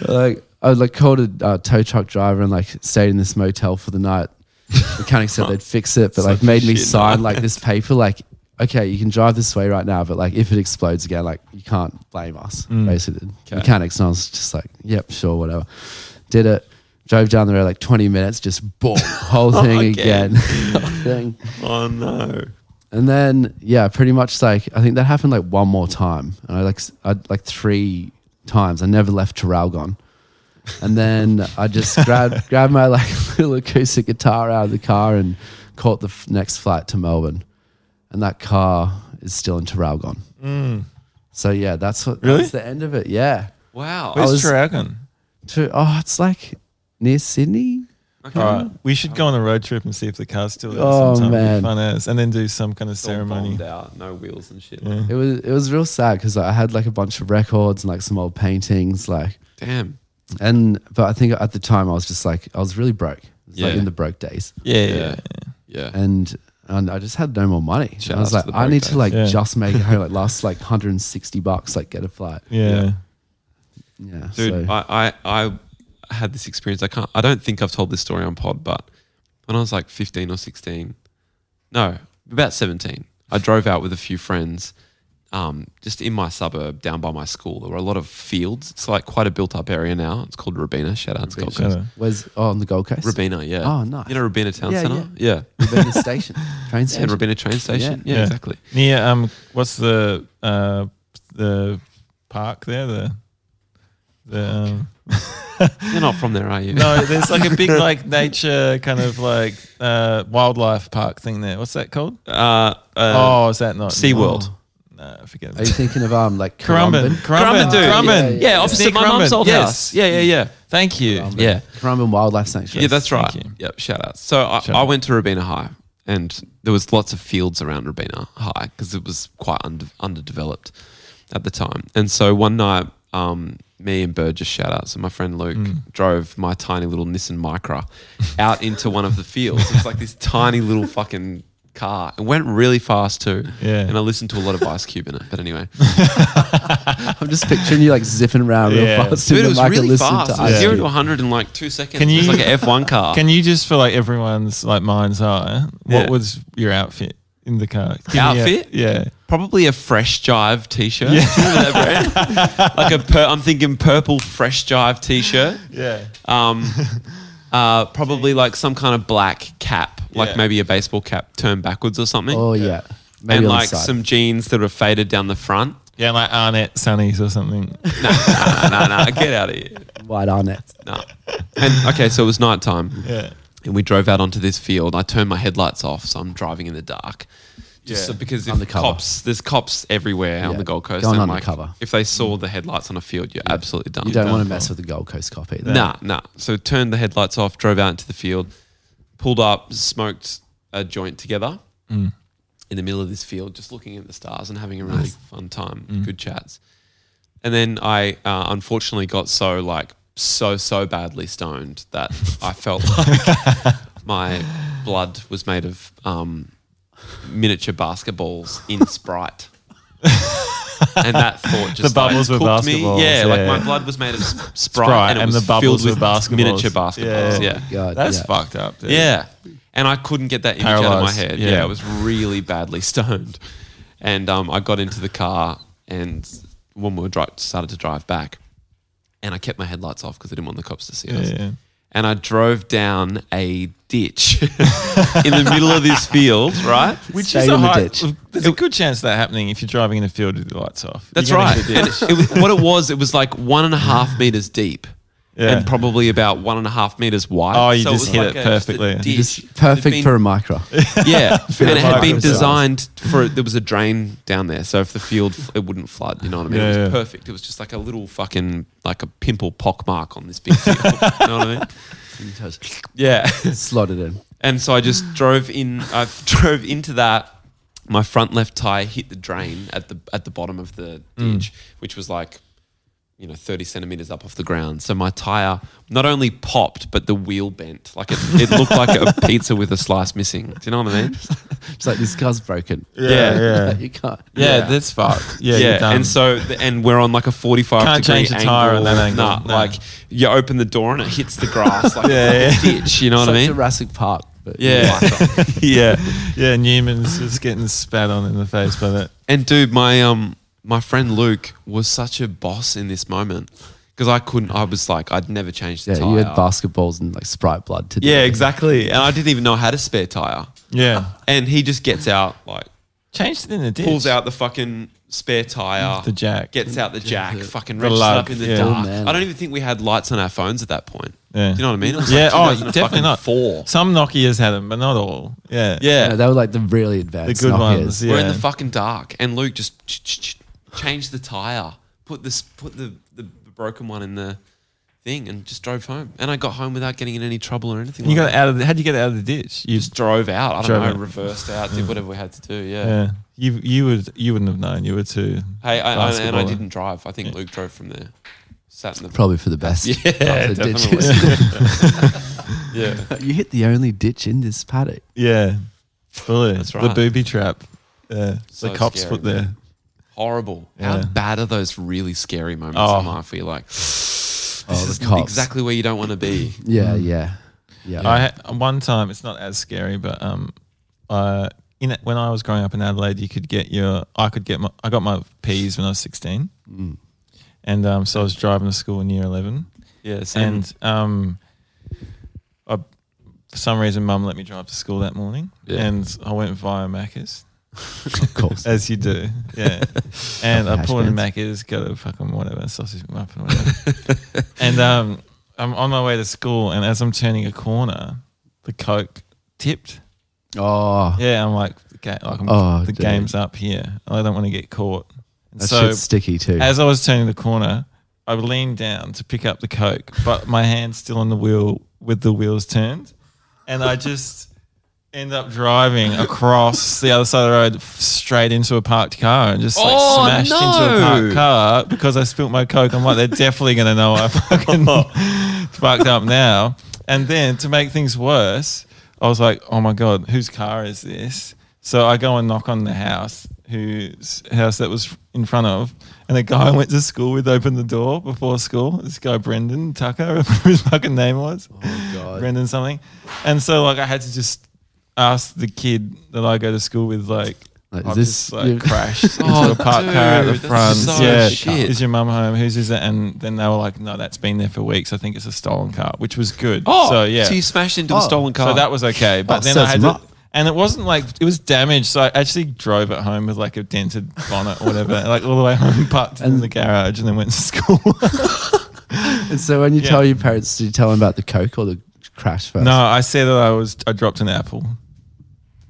like I like called a uh, tow truck driver and like stayed in this motel for the night. The mechanic said they'd fix it, but like
Such a
made me
shit
sign
night.
like this paper, like okay, you can drive this way right now, but like if it explodes again, like you can't blame us.
Mm.
Basically, the mechanics and I was just like, yep, sure, whatever. Did it. Drove down the road like 20 minutes, just boom, whole thing
Again.
again. Whole thing.
Oh no.
And then yeah, pretty much like I think that happened like one more time, and I like s- I like three times. I never left Traralgon, and then I just grabbed grabbed my like little acoustic guitar out of the car and caught the f- next flight to Melbourne, and that car is still in Traralgon. So yeah, that's what
Really?
that's the end of it. Yeah,
Wow.
Where's
was-
Dragon?
to, oh, it's like near Sydney.
All right, we should go on a road trip and see if the car's still there.
Oh,
sometime. It'd be
man.
fun as, and then do some kind of
It's all
ceremony.
bombed out, no wheels and shit.
It was it was real sad because I had like a bunch of records and like some old paintings like.
Damn.
And but I think at the time I was just like I was really broke. It was, Like
Yeah.
in the broke days.
Yeah, yeah.
Yeah. Yeah.
And and I just had no more money.
Shout
And I
outs
was like,
to the
I
broke
need
days.
to like
Yeah.
just make it home, like last like 160 bucks, like get a flight.
yeah.
Yeah.
Yeah.
Dude,
so
I, I I had this experience. I can't. I don't think I've told this story on pod, but when I was like fifteen or sixteen, no, about seventeen, I drove out with a few friends, um, just in my suburb down by my school. There were a lot of fields. It's like quite a built-up area now. It's called Rabina. Shout out to Gold
Shut
Coast.
up.
where's oh, on the Gold Coast?
Rabina, yeah.
Oh, nice.
You know Rabina Town
Yeah,
Centre? Yeah.
Rabina station. Train
yeah. And
station.
Rabina train station. Yeah,
Yeah.
exactly.
Near um, what's the uh, the park there? The the um,
You're not from there, are you?
no, there's like a big like nature kind of like uh, wildlife park thing there. What's that called?
Uh, uh,
oh, is that not
SeaWorld.
No, forget
Are you
it.
thinking of um like
Currumbin.
Currumbin?
Currumbin,
Currumbin, dude.
dude. Currumbin.
yeah, opposite
Near
my mum's
Currumbin.
old
Yes.
house. Yeah, yeah, yeah.
Thank you.
Um,
Yeah.
Currumbin Wildlife Sanctuary.
Yeah, that's right.
Thank you.
Yep, shout out. So I,
Shout
I
out.
went to Rabina High and there was lots of fields around Rabina High because it was quite under, underdeveloped at the time. And so one night, um, me and Burgess, shout out, so my friend Luke
Mm.
drove my tiny little Nissan Micra out into one of the fields. It's like this tiny little fucking car. It went really fast too.
Yeah.
And I listened to a lot of Ice Cube in it. But anyway.
I'm just picturing you like zipping around real
Yeah.
fast.
Dude, it
in the
was
mic and
really
listening
fast. It
To
was
Ice
Zero
Cube.
to 100 in like two seconds.
Can
it was
you-
like an F1 car.
Can you just for like everyone's like mind's eye? What
Uh, Yeah.
was your outfit in the car? Give me a-
Outfit?
yeah.
Probably a fresh jive t-shirt. Do you remember that brand? like a pur- I'm thinking purple fresh jive t-shirt.
Yeah.
Um, uh, probably like some kind of black cap, like
Yeah.
maybe a baseball cap turned backwards or something.
Oh yeah. Maybe
and
on the
like
side.
some jeans that are faded down the front.
Yeah, like Arnett Sunnies or something.
No, no, no, no, no, get out of here.
white on it.
No. And okay, so it was night time.
Yeah.
and we drove out onto this field. I turned my headlights off, so I'm driving in the dark. Just
Yeah.
so- because if
Undercover.
cops, there's cops everywhere on
Yeah.
the Gold Coast.
Going
and
undercover.
Like, if they saw the headlights on a field, you're absolutely done.
You don't want to mess with the Gold Coast cop either.
Nah, nah. So turned the headlights off, drove out into the field, pulled up, smoked a joint together
Mm.
in the middle of this field, just looking at the stars and having a really fun time,
Mm.
good chats. And then I uh, unfortunately got so like so so badly stoned that I felt like my blood was made of um, miniature basketballs in Sprite. and that thought just
The
like,
bubbles were
cooked
basketballs,
Me. Yeah, like
yeah.
my blood was made of s- Sprite,
Sprite,
and it
and
was
the bubbles
filled
were
with
basketballs.
miniature basketballs.
Yeah.
Yeah. yeah.
God,
That's
yeah.
fucked up. Dude.
And I couldn't get that image out of my
Paralyzed,
head.
yeah.
Yeah. I was really badly stoned. And um, I got into the car and when we were dri- started to drive back and I kept my headlights off because I didn't want the cops to see
Yeah,
us
yeah.
and I drove down a ditch in the middle of this field, right? Which
Stay in the ditch.
There's a good chance of that happening if you're driving in a field with the lights off.
that's
You're gonna
right.
hit a
And
ditch.
it, was, what it was, it was like one and a half meters deep.
Mm. Yeah.
And probably about one and a half meters wide.
Oh, you
it
just
was
hit it
a- just a
perfectly. You
ditch
Just
that'd
perfect
been-
for a micro.
Yeah, and it had
like
been
themselves.
designed for there was a drain down there, so if the field it wouldn't flood. You know what I mean? it
Yeah,
was
yeah.
perfect. It was just like a little fucking like a pimple pock mark on this big field. you know what I mean? Yeah.
Slotted in.
And so I just drove in. I drove into that. My front left tire hit the drain at the at the bottom of the
Mm.
ditch, which was like, you know, thirty centimeters up off the ground. So my tire not only popped, but the wheel bent. Like it, it looked like a pizza with a slice missing. Do you know what I mean?
It's like this car's broken.
Yeah.
yeah.
you can't.
Yeah,
Yeah.
that's fucked. Yeah, you're
yeah,
done.
and so th- and we're on like a forty-five.
Can't
degree
change the tire
angle.
on that angle.
Nah,
No.
like you open the door and it hits the grass like
Yeah,
a
yeah.
fucking ditch. You know
It's
what I
like
mean?
Jurassic Park. But
yeah.
yeah, yeah. Newman's just getting spat on in the face by that.
and dude, my um, my friend Luke was such a boss in this moment because I couldn't. I was like, I'd never change the
Yeah,
tire.
you had basketballs and like Sprite blood to do
yeah,
it.
exactly. And I didn't even know how to spare tire.
Yeah,
And he just gets out like
changed it in the ditch.
pulls out the fucking spare tire,
The jack.
gets out the jack, fucking
The
wrenches it
lug,
up in the
yeah.
dark.
Oh, man.
I don't even think we had lights on our phones at that point.
Yeah.
Do you know what I mean? It was
Yeah.
like
Oh,
2000
definitely
fucking
not.
Four.
Some Nokia's had them, but not all. Yeah. oh,
Yeah.
No, they were like the really
The
advanced.
good
Nokias.
ones. Yeah.
We're in the fucking dark, and Luke just ch- ch- ch- changed the tire, put this, put the, the the broken one in the thing, and just drove home. And I got home without getting in any trouble or anything.
you
like
got it out of. The, how'd you get it out of the ditch? You
that. drove out. I don't
Drove
know.
out.
Reversed out. Did whatever we had to do. Yeah.
Yeah. You you would you wouldn't have known. You were too.
Hey, I, I, and I
basketballer.
didn't drive. I think Luke drove from there. Sat in the
Probably for the best.
Yeah,
After
definitely.
ditches.
yeah.
you hit the only ditch in this paddock.
Yeah. Fully.
That's
The
right.
booby trap. Yeah.
So
the cops
scary,
put there.
man. Horrible.
Yeah.
How bad are those really scary moments
Oh.
in life where you're like, this
Oh, the
is
cops.
exactly where you don't want to be.
Yeah, yeah, yeah.
Hmm. I had, one time it's not as scary, but um, uh, in when I was growing up in Adelaide, you could get your I could get my I got my P's when I was sixteen, and um, so I was driving to school in year eleven,
Yeah. And
and um, I, for some reason, mum let me drive to school that morning,
Yeah.
and I went via Macca's.
of course.
As you do, yeah. and I
Hash
pulled in
browns.
Macca's, got a fucking whatever sausage muffin, or whatever. and um, I'm on my way to school, and as I'm turning a corner, the coke tipped.
Oh,
Yeah, I'm like, the, ga- like I'm,
Oh,
the
dude.
game's up here. I don't want to get caught. And
that
so
shit's sticky too.
as I was turning the corner, I leaned down to pick up the coke, but my hand's still on the wheel with the wheels turned, and I just end up driving across the other side of the road f- straight into a parked car and just like
Oh,
smashed into a parked
no.
car because I spilt my coke. I'm like, they're definitely gonna know I fucking fucked up now. And then to make things worse, I was like, oh my god, whose car is this? So I go and knock on the house whose house that was in front of, and a guy I went to school with opened the door before school. This guy Brendan Tucker, I remember his fucking name was.
oh god.
Brendan something. And so like I had to just ask the kid that I go to school with like,
Like,
I've
is
just
this-
like
you've-
crashed into
Oh,
a parked car at the
dude, that's
front.
so
yeah,
shit.
is your mum home? Whose is it? And then they were like, no, that's been there for weeks. I think it's a stolen car, which was good.
oh,
so yeah,
So you smashed into a
Oh,
stolen car.
so that was okay. But
Oh,
then
so
I
it's
had
not-
to, and it wasn't like it was damaged. So I actually drove it home with like a dented bonnet or whatever, like all the way home, parked it in
And-
the garage, and then went to school.
And so when you
Yeah.
tell your parents, do you tell them about the coke or the crash first?
no, I said that I was I dropped an apple.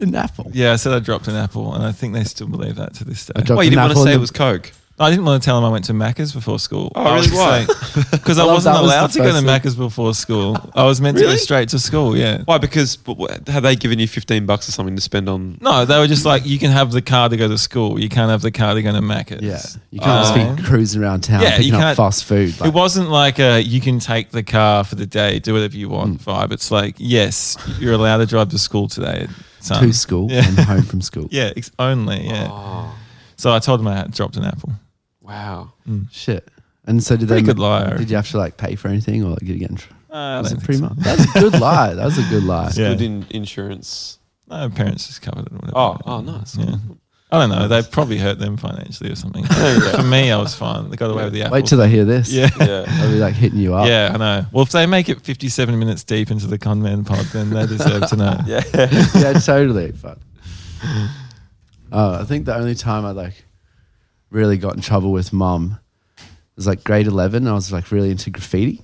an apple.
Yeah, I said I dropped an apple, and I think they still believe that to this day.
dropped-
Well, you didn't want to
Apple in
say it
the-
was Coke.
I didn't want to tell them I went to Macca's before school.
Oh, really? Why?
Because I,
I love
wasn't
that was
allowed
the
to go to
first thing.
Macca's before school. I was meant to go
Really?
straight to school. Yeah.
Why? Because but what- have they given you fifteen bucks or something to spend on?
No, they were just like, you can have the car to go to school. You can't have the car to go to Macca's.
Yeah, you can't
Um,
just be cruising around town
yeah, you
picking
can't-
up fast food.
it wasn't like a you can take the car for the day, do whatever you
Mm.
want vibe. It's like, yes, you're allowed to drive to school today. Son.
to school Oh.
Yeah.
and home from school.
Yeah, ex- only. Yeah. So I told them I had dropped an apple.
Oh, Wow.
Shit. And so did
Pretty
they?
good liar.
Did you have to like pay for anything or get again?
Uh, I
Was
don't think
it pretty
so.
much? That's a good lie. That was a good lie.
Yeah.
Good in insurance.
No, parents just covered it. or Whatever.
Oh, oh, nice.
Yeah. I don't know. They probably hurt them financially or something. For me, I was fine. They got away with the apple.
Wait till they hear this.
yeah.
Yeah.
I'll be like hitting you up.
Yeah, I know. Well, if they make it 57 minutes deep into the con man pod, then they deserve to know. yeah.
yeah, totally. But uh, I think the only time I like really got in trouble with mum was like grade eleven. I was like really into graffiti.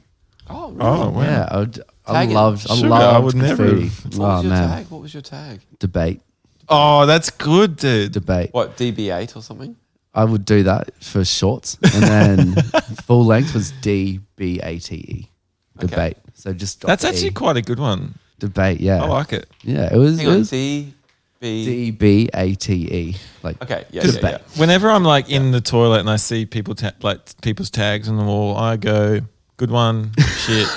Oh, really?
Oh, wow.
Yeah, I, would, I
Tag it.
loved. I
Sugar, I
loved
would never
graffiti.
have-
What was
Oh
your
man,
tag? What was your tag?
debate,
Oh, that's good, dude.
debate.
What, DB8 or something?
I would do that for shorts, and then full length was D B A T E, debate. So just drop
That's
the
actually
E.
quite a good one.
debate. Yeah,
I like it.
yeah. It was, it
Hang on,
was
DB.
D B A T E. Like
Okay, yeah,
Just
yeah, yeah.
back.
Whenever I'm like in the toilet and I see people ta- like people's tags on the wall, I go, good one, shit,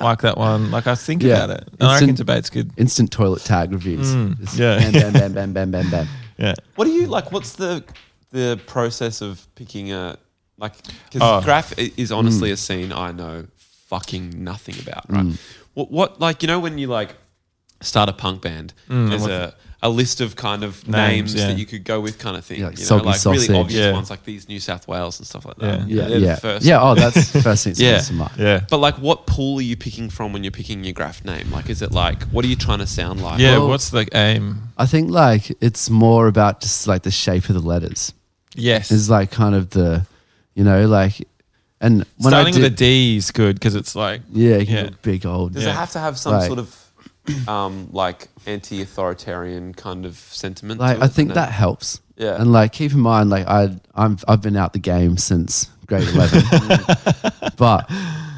like that one. Like I think
Yeah.
about it. And I reckon
Instant-
debate's good.
instant toilet tag reviews.
Mm,
It's
yeah.
Bam, bam, bam, bam, bam, bam, bam.
Yeah.
What do you like? What's the the process of picking a like? Because
Oh.
graph i- is
Mm.
honestly a scene I know fucking nothing about. Right? What what like you know when you like start a punk band?
Mm.
there's a a list of kind of names,
Names, yeah.
that you could go with, kind of thing.
Yeah, like
you know,
soggy
like
sausage.
really obvious
Yeah.
ones like these New South Wales and stuff like that.
Yeah.
Yeah,
They're the
yeah.
first
yeah, oh, that's the first thing that
Yeah.
comes to mind.
Yeah.
But like, what pool are you picking from when you're picking your graph name? Like, is it like, what are you trying to sound like?
Yeah.
Well-
what's the aim?
I think like it's more about just like the shape of the letters.
Yes.
Is like kind of the, you know, like, and when
Starting
I
with a
did,
D is good because it's like,
yeah, you
Yeah.
yeah, big old.
Does
Yeah.
it have to have some
Like-
sort of um, like anti-authoritarian kind of sentiment?
Like
to
I
it?
think
No.
that helps.
Yeah.
And like keep in mind, like I I'm I've been out the game since grade eleven, but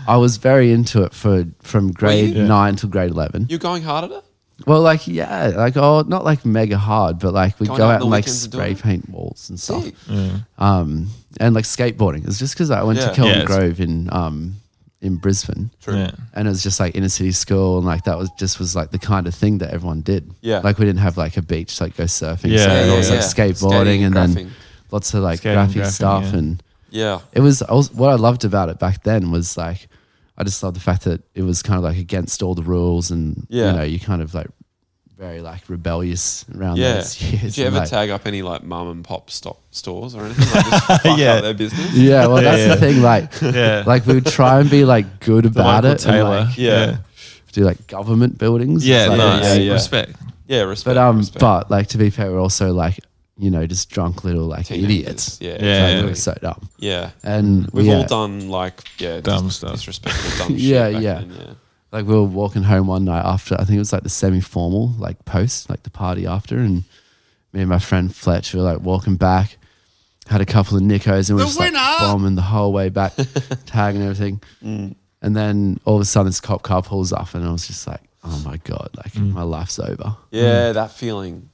I was very into it for from grade
you-
nine till grade eleven.
you're going hard at it.
Well, like yeah, like oh, not like mega hard, but like we
Going
go
out on
out
the
and like
weekends and doing
spray
it?
paint walls and stuff.
Sick.
Mm,
Um, and like skateboarding. It's just because I went
Yeah.
to Kelvin
Yes.
Grove in um in Brisbane,
True.
Yeah.
and it was just like inner city school, and like that was just was like the kind of thing that everyone did.
Yeah.
like we didn't have like a beach, to, like go surfing.
Yeah,
so
yeah,
it was like
yeah. Skating
skateboarding,
and
and
graphing.
then lots of like
Skating and
graphic
graphing,
stuff
yeah.
and
Yeah.
it was I was what I loved about it back then was like I just loved the fact that it was kind of like against all the rules and
Yeah.
you know you kind of like very like rebellious around
Yeah.
those years.
Did you
and,
ever
like-
tag up any like mum and pop stop stores or anything? Like just fuck
Yeah.
up their business.
yeah, well that's
Yeah.
the thing. Like,
Yeah.
like we would try and be like good
The
about
local
it. and,
tailor.
like,
Yeah.
do like government buildings.
Yeah.
It's like-
nice.
yeah, yeah.
Respect.
Yeah. Respect.
But um,
respect.
but like to be fair, we're also like you know just drunk little like
Teenagers.
idiots.
Yeah.
Yeah.
Like,
exactly.
we were so dumb.
Yeah.
And
We've
yeah,
all done like yeah
Dumb
dis-
stuff.
disrespectful dumb shit.
Yeah,
back
yeah.
then, yeah.
like we were walking home one night after I think it was like the semi formal like post like the party after and me and my friend Fletch were like walking back had a couple of nickos and we were just like bombing the whole way back tagging everything
Mm.
and then all of a sudden this cop car pulls up and I was just like oh my god like
Mm.
my life's over
Yeah, that feeling.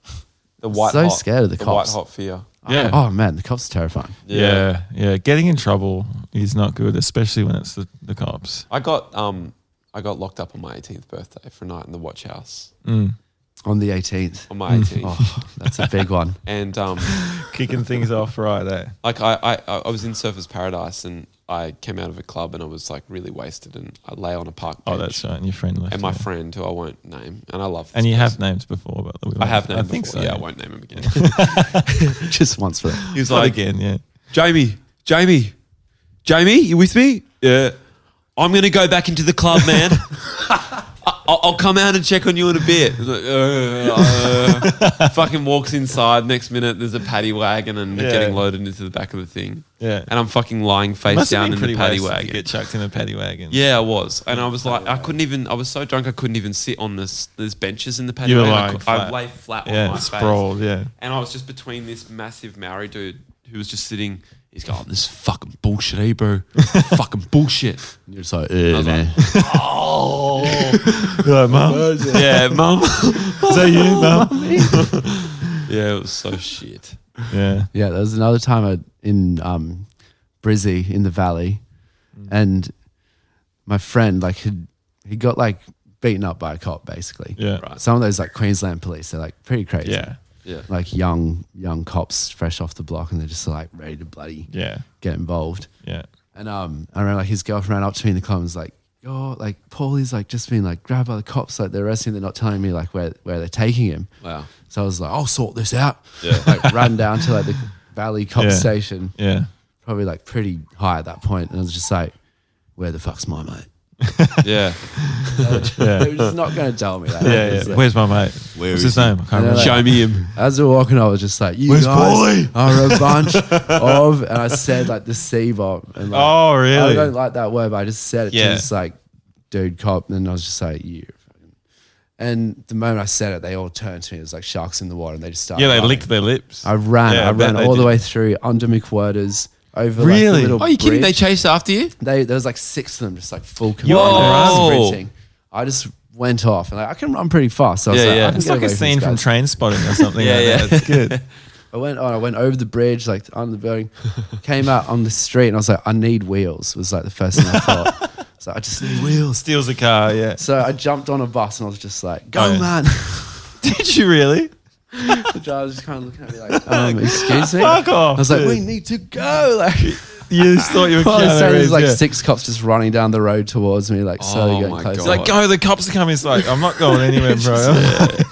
The white
Mm. So
hot,
scared of the
white
cops.
hot fear.
Yeah.
oh man the cops are terrifying
Yeah. yeah, Getting in trouble is not good, especially when it's the, the cops.
I got um I got locked up on my 18th birthday for a night in the watch house
Mm.
on the 18th
on my 18th.
oh that's a big one
And um
Kicking things off right eh?
like I, I I was in Surfers Paradise and I came out of a club and I was like really wasted and I lay on a park bench
Oh, that's right. And your friend left.
and my
you.
friend who I won't name and I love this
And you have
person.
names before, but we
I
won't-
have named
I think
before.
so.
Yeah, I won't name him again.
just once for that
He's
Not
like
again, yeah.
Jamie, Jamie, Jamie, you with me? Yeah. I'm gonna go back into the club, man. I- I'll, I'll come out and check on you in a bit. He's like, "Uh, uh." fucking walks inside. Next minute, there's a paddy wagon and
Yeah.
getting loaded into the back of the thing.
Yeah.
And I'm fucking lying face
Must have
down
been
in the
pretty
paddy
wasted
wagon.
to get Oh. chucked in a paddy wagon.
Yeah, I was, and I was like, I couldn't even. I was so drunk, I couldn't even sit on this. There's benches in the patio.
You were
and I,
lying
cou- I
flat.
lay flat on
Yeah,
my
sprawled,
face,
yeah.
and I was just between this massive Maori dude who was just sitting. He's going, "This is fucking bullshit, eh, bro? fucking bullshit."
you're just like
I
eh,
was
man
like, "Oh,
You're like, Mum,
yeah, mum."
is that you, Mum?
yeah, it was so shit.
Yeah.
Yeah, there was another time I, in um, Brizzy in the valley, and my friend like had he got like beaten up by a cop basically.
Yeah.
Some of those like Queensland police, they're like pretty crazy.
Yeah.
Yeah.
like young young cops fresh off the block, and they're just like ready to bloody
Yeah.
get involved.
Yeah.
And um, I remember like his girlfriend ran up to me in the club and was like, "Yo, like Paulie's like just been like grabbed by the cops, like they're arresting, they're not telling me like where where they're taking him."
Wow.
So I was like, "I'll sort this out." Yeah. like ran down to like the Valley Cop
Yeah.
Station,
Yeah.
probably like pretty high at that point, and I was just like, "Where the fuck's my mate?"
Yeah.
They were just not going to tell me that.
Yeah. yeah. Where's my mate?
Where
What's
is
his
he?
name? I can't
And they're
remember.
like-
Show me him.
As we were walking, I was just like, "You
Where's
guys
Paulie?"
are a bunch of," and I said like the C bomb. and, Like,
Oh,
I
really?
don't like that word, but I just said it
Yeah.
to this like dude cop, and I was just like, "You." fucking-" And the moment I said it, they all turned to me. It was like sharks in the water, and they just started.
yeah, they
laughing.
licked their lips.
I ran.
Yeah, I
I
bet
ran
they
all
did.
the way through under McWhirters over.
Really?
Like, the little
Oh, you kidding? They
bridge.
chased after you?
They there was like six of them, just like full commando sprinting. I just went off, and like, I can run pretty fast. So I was
Yeah,
like,
yeah.
I can
It's
get
like
away
a
these
scene from
guys.
Train Spotting or something.
Yeah,
like that.
yeah.
That's good.
I went on. I went over the bridge, like under the building, came out on the street, and I was like, I need wheels. Was like the first thing I thought. so I just need wheels.
Steals a car. Yeah.
So I jumped on a bus, and I was just like, Go,
Oh, yeah.
man!
Did you really?
the driver was just kind of looking at me like, um, Excuse me.
Fuck off,
I was like,
dude.
We need to go. Like,
You just thought you were
I was
Keanu
saying,
Reeves.
there's like
yeah.
six cops just running down the road towards me, like slowly
Oh
getting
my
closer.
God.
Like, go, the cops are coming. It's like, I'm not going anywhere, bro.
It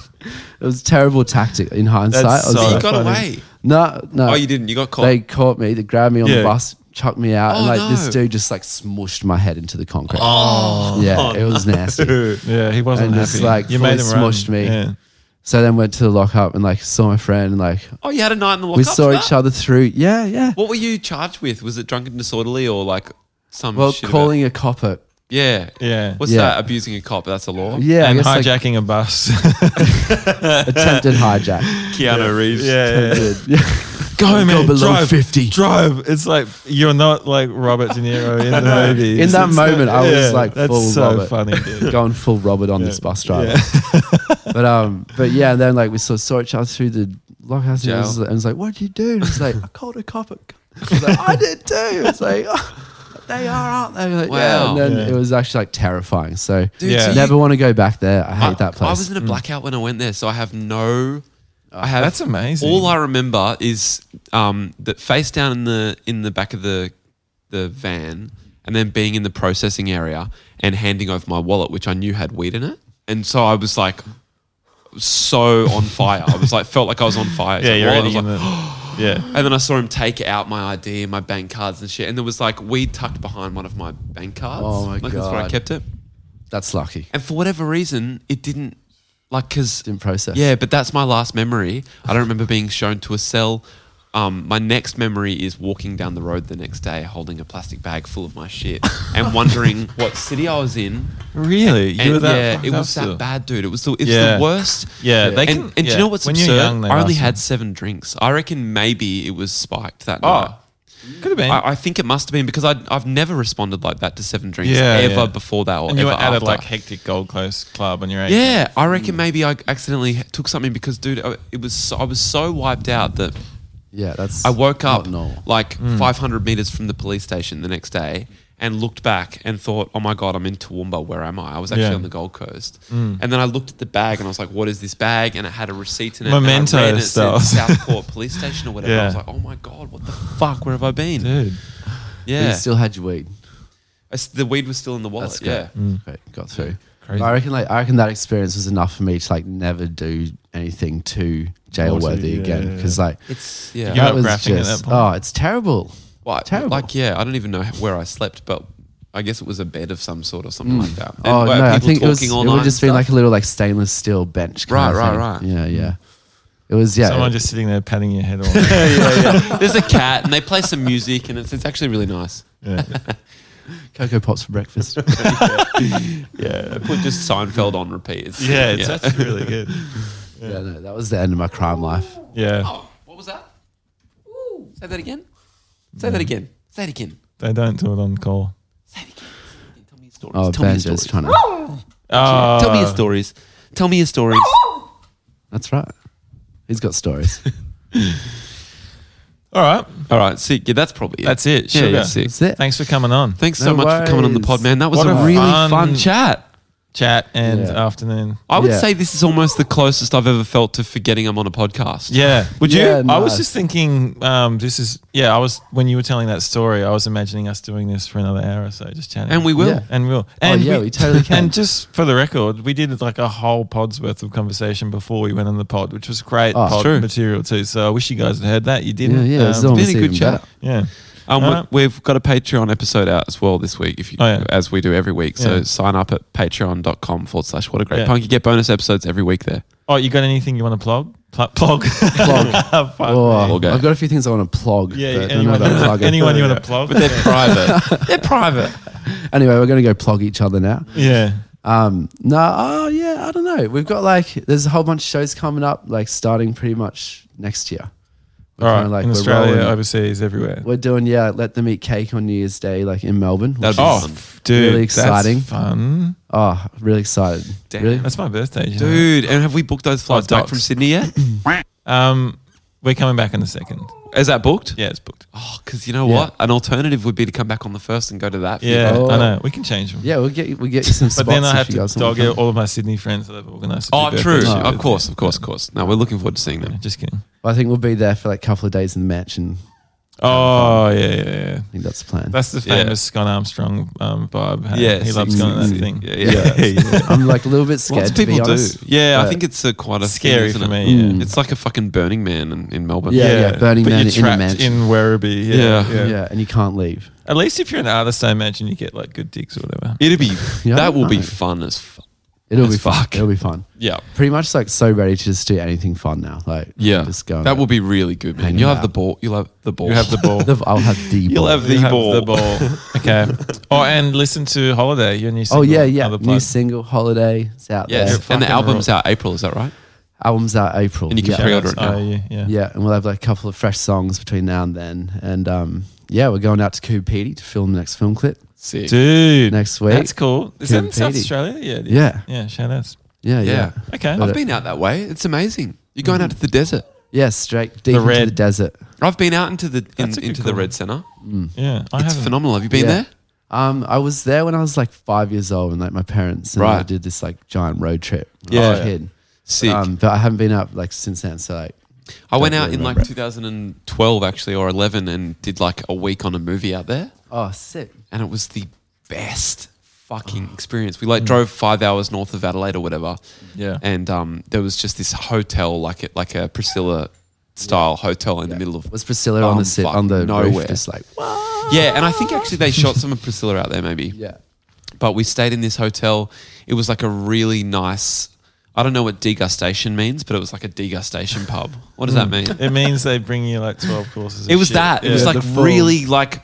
was a terrible tactic in hindsight. I was
so-
like,
you got
funny.
away.
No, no.
Oh, you didn't. You got caught.
Uh, They caught me. They grabbed me on
Yeah.
the bus, chucked me out,
Oh,
and like
no.
this dude just like smushed my head into the concrete. Oh, yeah, it was nasty.
yeah, he wasn't
And
happy.
just, like,
you made him
fully
run.
smushed me.
Yeah.
So then went to the lockup and like saw my friend and like
oh, you had a night in the walk
we saw each other through. Yeah, yeah.
What were you charged with? Was it drunken disorderly or like some
Well,
shit about-
calling a copper.
yeah.
Yeah.
What's
Yeah.
that? Abusing a cop. That's a law.
and
Yeah, I guess like
hijacking a bus.
attempted hijack.
Keanu Reeves.
yeah, yeah.
Dude, yeah.
Go, Oh, man.
below
drive,
50.
Drive. It's like you're not like Robert De Niro in the movie.
In
It's-
that
it's
moment, I was
yeah,
like
that's
full
so
Robert.
funny. Dude.
Going full Robert on this bus driver.
Yeah.
But um, but yeah, and then like we saw, saw each other through the lockout, and I was,
Jail.
I was like, "What did you do?" And he's like, "I called a cop." at co-" I, was like, "I did too." It's like "Oh, they are, aren't they? Like, Yeah.
Wow.
And then
Yeah.
it was actually like terrifying. So
Dude,
Yeah.
so you-
never want to go back there. I hate
I,
that place. Mm. Uh,
I was in a blackout when I went there, so I have no. I have
That's amazing.
All I remember is um, that face down in the in the back of the the van, and then being in the processing area and handing over my wallet, which I knew had weed in it, and so I was like so on fire. I was like felt like I was on fire.
Yeah,
Like,
you're
wallet, I
already
was
in
like,
the. Yeah.
and then I saw him take out my ID and my bank cards and shit, and there was like weed tucked behind one of my bank cards.
Oh my
like, That's where I
God.
kept it,
That's lucky.
and for whatever reason, it didn't like because
Didn't process.
yeah, but that's my last memory. I don't remember being shown to a cell. Um, my next memory is walking down the road the next day holding a plastic bag full of my shit and wondering what city I was in.
Really? You
And
were that
yeah,
fucked
it
up
was
still?
that bad, dude. It was the, it was
Yeah.
the worst.
Yeah, they
and,
can-
and do
yeah.
you know what's
When you're
absurd?
young, they
I only
last
had
them.
seven drinks. I reckon maybe it was spiked that night.
Oh, could have been.
I, I think it must have been because I, I've never responded like that to seven drinks
Yeah,
ever
yeah.
before that or
and you
ever
were at
after.
a like hectic Gold Coast club on your eight.
Yeah, I
Hmm.
reckon maybe I accidentally took something because, dude, I- it was so, I was so wiped out that
yeah. That's
I woke up
Not normal.
like
Hmm.
500 meters from the police station the next day and looked back and thought, "Oh my god, I'm in Toowoomba. Where am I? I was actually
Yeah. Hmm.
on the Gold Coast." And then I looked at the bag and I was like, "What is this bag?" And it had a receipt in it.
Memento
and I read it,
stuff.
It said Southport Police Station or whatever. I was
Yeah.
like, "Oh my god, what the fuck? Where have I been?"
Dude.
But
Yeah,
You still had your weed.
I s- the weed was still in the wallet.
That's great.
yeah.
Great. Got through.
Mm. Crazy.
I reckon like I reckon that experience was enough for me to like never do anything too jailworthy
yeah,
again.
yeah,
Because like
It's yeah.
Give
that
up
was
grafting at that
just
point?
oh, it's terrible.
Well, I-
Terrible.
Like, yeah, I don't even know where I slept, but I guess it was a bed of some sort or something like that. And
oh
were
no, I
people
think it was. It
talking all
would
night
just
and
been like
stuff?
a little like stainless steel bench.
Right,
kind
right, Mm.
of thing. Yeah, yeah. It was yeah.
Someone
it-
just sitting there patting your head on.
There's a cat, and they play some music, and it's, it's actually really nice.
yeah.
cocoa pops for breakfast.
Yeah.
Put just Seinfeld on repeat. It's-
Yeah, it's actually really good.
yeah, no, that was the end of my crime life.
Yeah,
Oh, what was that? Ooh, say that again. Say that again. Say it again.
Oh,
they don't do it on call.
Say it again. Tell me your stories.
Oh,
Tell me your
Ben
stories.
just trying to.
Oh,
Tell me your stories. Tell me your stories.
That's right. He's got stories.
All right,
All right, sick. Yeah, that's probably it.
that's it.
Yeah,
Sugar.
yeah, sick.
That's it.
Thanks for coming on.
Thanks so
No
much for coming on the
worries.
pod, man. That was
What
a,
a
really
fun-
fun chat.
chat and
Yeah.
afternoon.
I would
Yeah.
say this is almost the closest I've ever felt to forgetting I'm on a podcast.
Yeah.
Would you?
Yeah,
I was
no.
just thinking, um, this is, yeah, I was, when you were telling that story, I was imagining us doing this for another hour or so, just chatting.
And we will.
Yeah.
And we'll. And
Oh, yeah, we totally can.
And just for the record, we did like a whole pod's worth of conversation before we went on the pod, which was great
Oh,
pod
true.
material too. So I wish you guys had heard that. You
Yeah,
didn't.
yeah. it's
Um,
almost
been a good
even
chat.
better.
yeah.
Um,
Uh,
we- we've got a Patreon episode out as well this week, if you,
Oh, yeah.
as we do every week. So
Yeah.
sign up at patreon.com forward slash what a great
Yeah.
punk. You get bonus episodes every week there.
Oh, you got anything you want to plug? Pl- plug. plug.
Oh,
Okay.
I've got a few things I want to plug.
Yeah.
but I'm not
anyone,
gonna plug it.
anyone you want to plug?
But they're private.
They're private.
Anyway, we're going to go plug each other now.
Yeah.
Um, no, oh yeah, I don't know. We've got like there's a whole bunch of shows coming up, like starting pretty much next year.
All right.
kinda like
in
we're
Australia,
rolling.
overseas, everywhere.
We're doing yeah, let them eat cake on New Year's Day, like in Melbourne.
That'd
which
be
is-
fun.
Oh, Dude,
Really exciting.
That's fun.
oh, really excited.
Damn.
Really?
That's my birthday, you know.
Dude, and have we booked those flights back
dogs.
from Sydney yet?
Um, we're coming back in the second.
Is that booked?
Yeah, it's booked.
Oh, because you know
Yeah.
what? An alternative would be to come back on the first and go to that.
Yeah,
Oh.
I know. We can change them.
Yeah, we'll get you- we'll get you some spots.
But then I
if
have
you
to
guys want
dog
to
out
come.
all of my Sydney friends that I've organised.
Oh,
their
true.
birthdays.
Oh,
Of course, of course, of course. No, we're looking forward to seeing
Yeah,
them.
Just kidding.
I think we'll be there for like a couple of days in the mansion.
Oh, yeah, yeah, yeah.
I think that's the plan.
That's the
Yeah.
famous Scott Armstrong um, vibe. hey?
Yes,
he loves
ex-
going to that
Mm,
ex-
thing.
yeah, yeah.
I'm like a little bit scared.
Lots of
to be
people do.
honest.
Yeah, I
but-
think it's a quite a
It's scary
thing, isn't
for
it?
me. Yeah.
Mm.
It's like a fucking Burning Man in, in Melbourne.
Yeah, yeah, Burning
but
Man
you're
in a
trapped
mansion.
in Werribee. Yeah,
Yeah.
yeah.
yeah, and you can't leave.
At least if you're an artist, I imagine you get like good digs or whatever.
It'll be
Yeah,
that will be
no.
fun as fuck.
It'll
That's
be fun.
fuck.
It'll be fun.
Yeah.
Pretty much like so ready to just do anything fun now. Like
Yeah.
just go. and-
that will be really good, man.
Hang
You'll
out.
have the ball. You'll have the ball.
You have the ball.
The- I'll have the.
You'll
ball.
have the
You have
ball.
The ball. okay. Oh, and listen to Holiday, your new
Oh
single.
yeah, yeah.
Other
New
plug.
single holiday. It's
Yes.
out there.
Yeah,
and the
fucking
album's out April. Is that right?
Albums out April.
And you can
yeah.
pre-order it now.
Oh, yeah, yeah.
Yeah, and we'll have like a couple of fresh songs between now and then. And um, yeah, we're going out to Coop Petey to film the next film clip
Sick.
Dude,
next week.
that's cool. Is that in South
Campedi.
Australia? Yeah, it is.
Yeah.
yeah. Shout outs.
yeah, yeah,
Yeah.
yeah,
Okay.
But- Mm.
I've been out that way. It's amazing. You're going out to the desert.
Straight deep into
red.
the desert.
I've been out into the in,
That's a good
into the
call.
Red Center.
yeah, I
It's
haven't.
phenomenal. Have you been
Yeah.
there?
Um, I was there when I was like five years old, and like my parents and I
Right.
did this like giant road trip. When I was a
Yeah.
kid.
Sick.
Um, but I haven't been up like since then. So like,
I went
don't
out in
really
like
remember
2012 actually, or 11, and did like a week on a movie out there,
oh, sick.
and it was the best fucking experience. We like drove five hours north of Adelaide or whatever,
Yeah.
and um, there was just this hotel, like a, like a Priscilla style hotel in the middle of
Was Priscilla on
Um,
the sit
fuck,
on the
nowhere.
roof? Just like "Ah."
yeah, and I think actually they shot some of Priscilla out there maybe.
yeah,
but we stayed in this hotel. It was like a really nice. I don't know what degustation means, but it was like a degustation pub. What does that mean?
It means they bring you like twelve courses. of
It was
shit.
that. It was
Yeah.
like
the full-
really like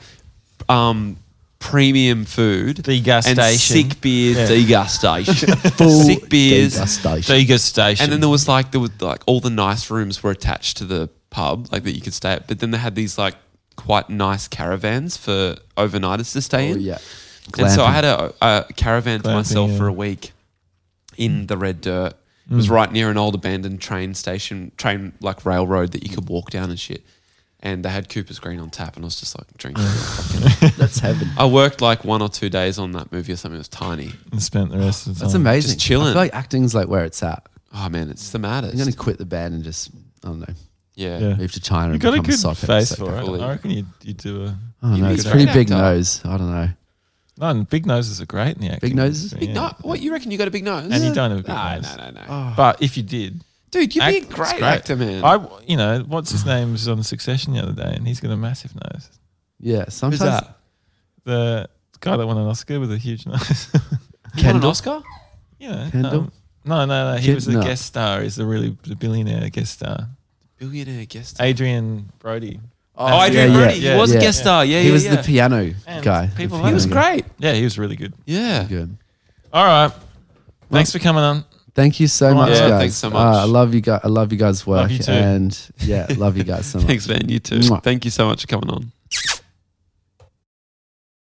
um, premium food.
Degustation.
And sick beers,
Yeah.
degustation.
full
sick beers.
degustation.
degustation.
And then there was like there was like all the nice rooms were attached to the pub, like that you could stay at. But then they had these like quite nice caravans for overnighters to stay
Oh,
in.
yeah.
And so I
Glamping.
had a, a caravan to
Glamping,
myself
yeah. Mm.
for a week in the red dirt. It was right near an old abandoned train station, train like railroad that you could walk down and shit. And they had Cooper's Green on tap, and I was just like drinking.
Mm.
That's heaven.
I worked like one or two days on that movie or something. It was tiny.
and spent the rest of the time.
That's amazing.
Just chilling.
I feel like acting's like where it's at.
Oh man, it's the
I'm gonna
maddest.
quit the band and just I don't know
Yeah.
Yeah.
move to China
You
and
got a
become
good
sock
face
expert.
for it.
Probably.
I reckon you you do a.
I don't
You
know.
need
It's
to
pretty
act
big
up.
nose. I don't know.
No, and big noses are great in the acting.
Big noses?
industry,
Big
yeah.
no- what you reckon? You got a big nose?
And you don't have a big
Nah,
nose.
no, no, no,
But if you did,
Dude, you'd
act-
be a
it's
great, actor, man.
I, you know, what's his name was on Succession the other day, and he's got a massive nose.
Yeah, sometimes
Who's that?
The guy that won an Oscar with a huge nose.
You won an
Kendall?
Oscar?
you know,
Kendall?
um, no, no, no. He was a
Kidna.
guest star. He's a really the billionaire guest star.
Billionaire guest.
Adrian Brody.
Oh,
Yeah,
Adrian
yeah,
Brody.
yeah,
he was
yeah.
a guest star. Yeah,
he
yeah,
was
yeah.
the piano
And
guy. the
people- he
piano
He was
guy.
great.
Yeah, he was really good.
Yeah.
Good.
All right. Thanks for coming on.
Thank you so
Come on,
much,
yeah,
guys.
thanks so
Uh,
much.
I love you guys. I love you guys' work,
you too.
and yeah, love you guys so much.
Thanks, man. You too.
Mwah.
Thank you so much for coming on.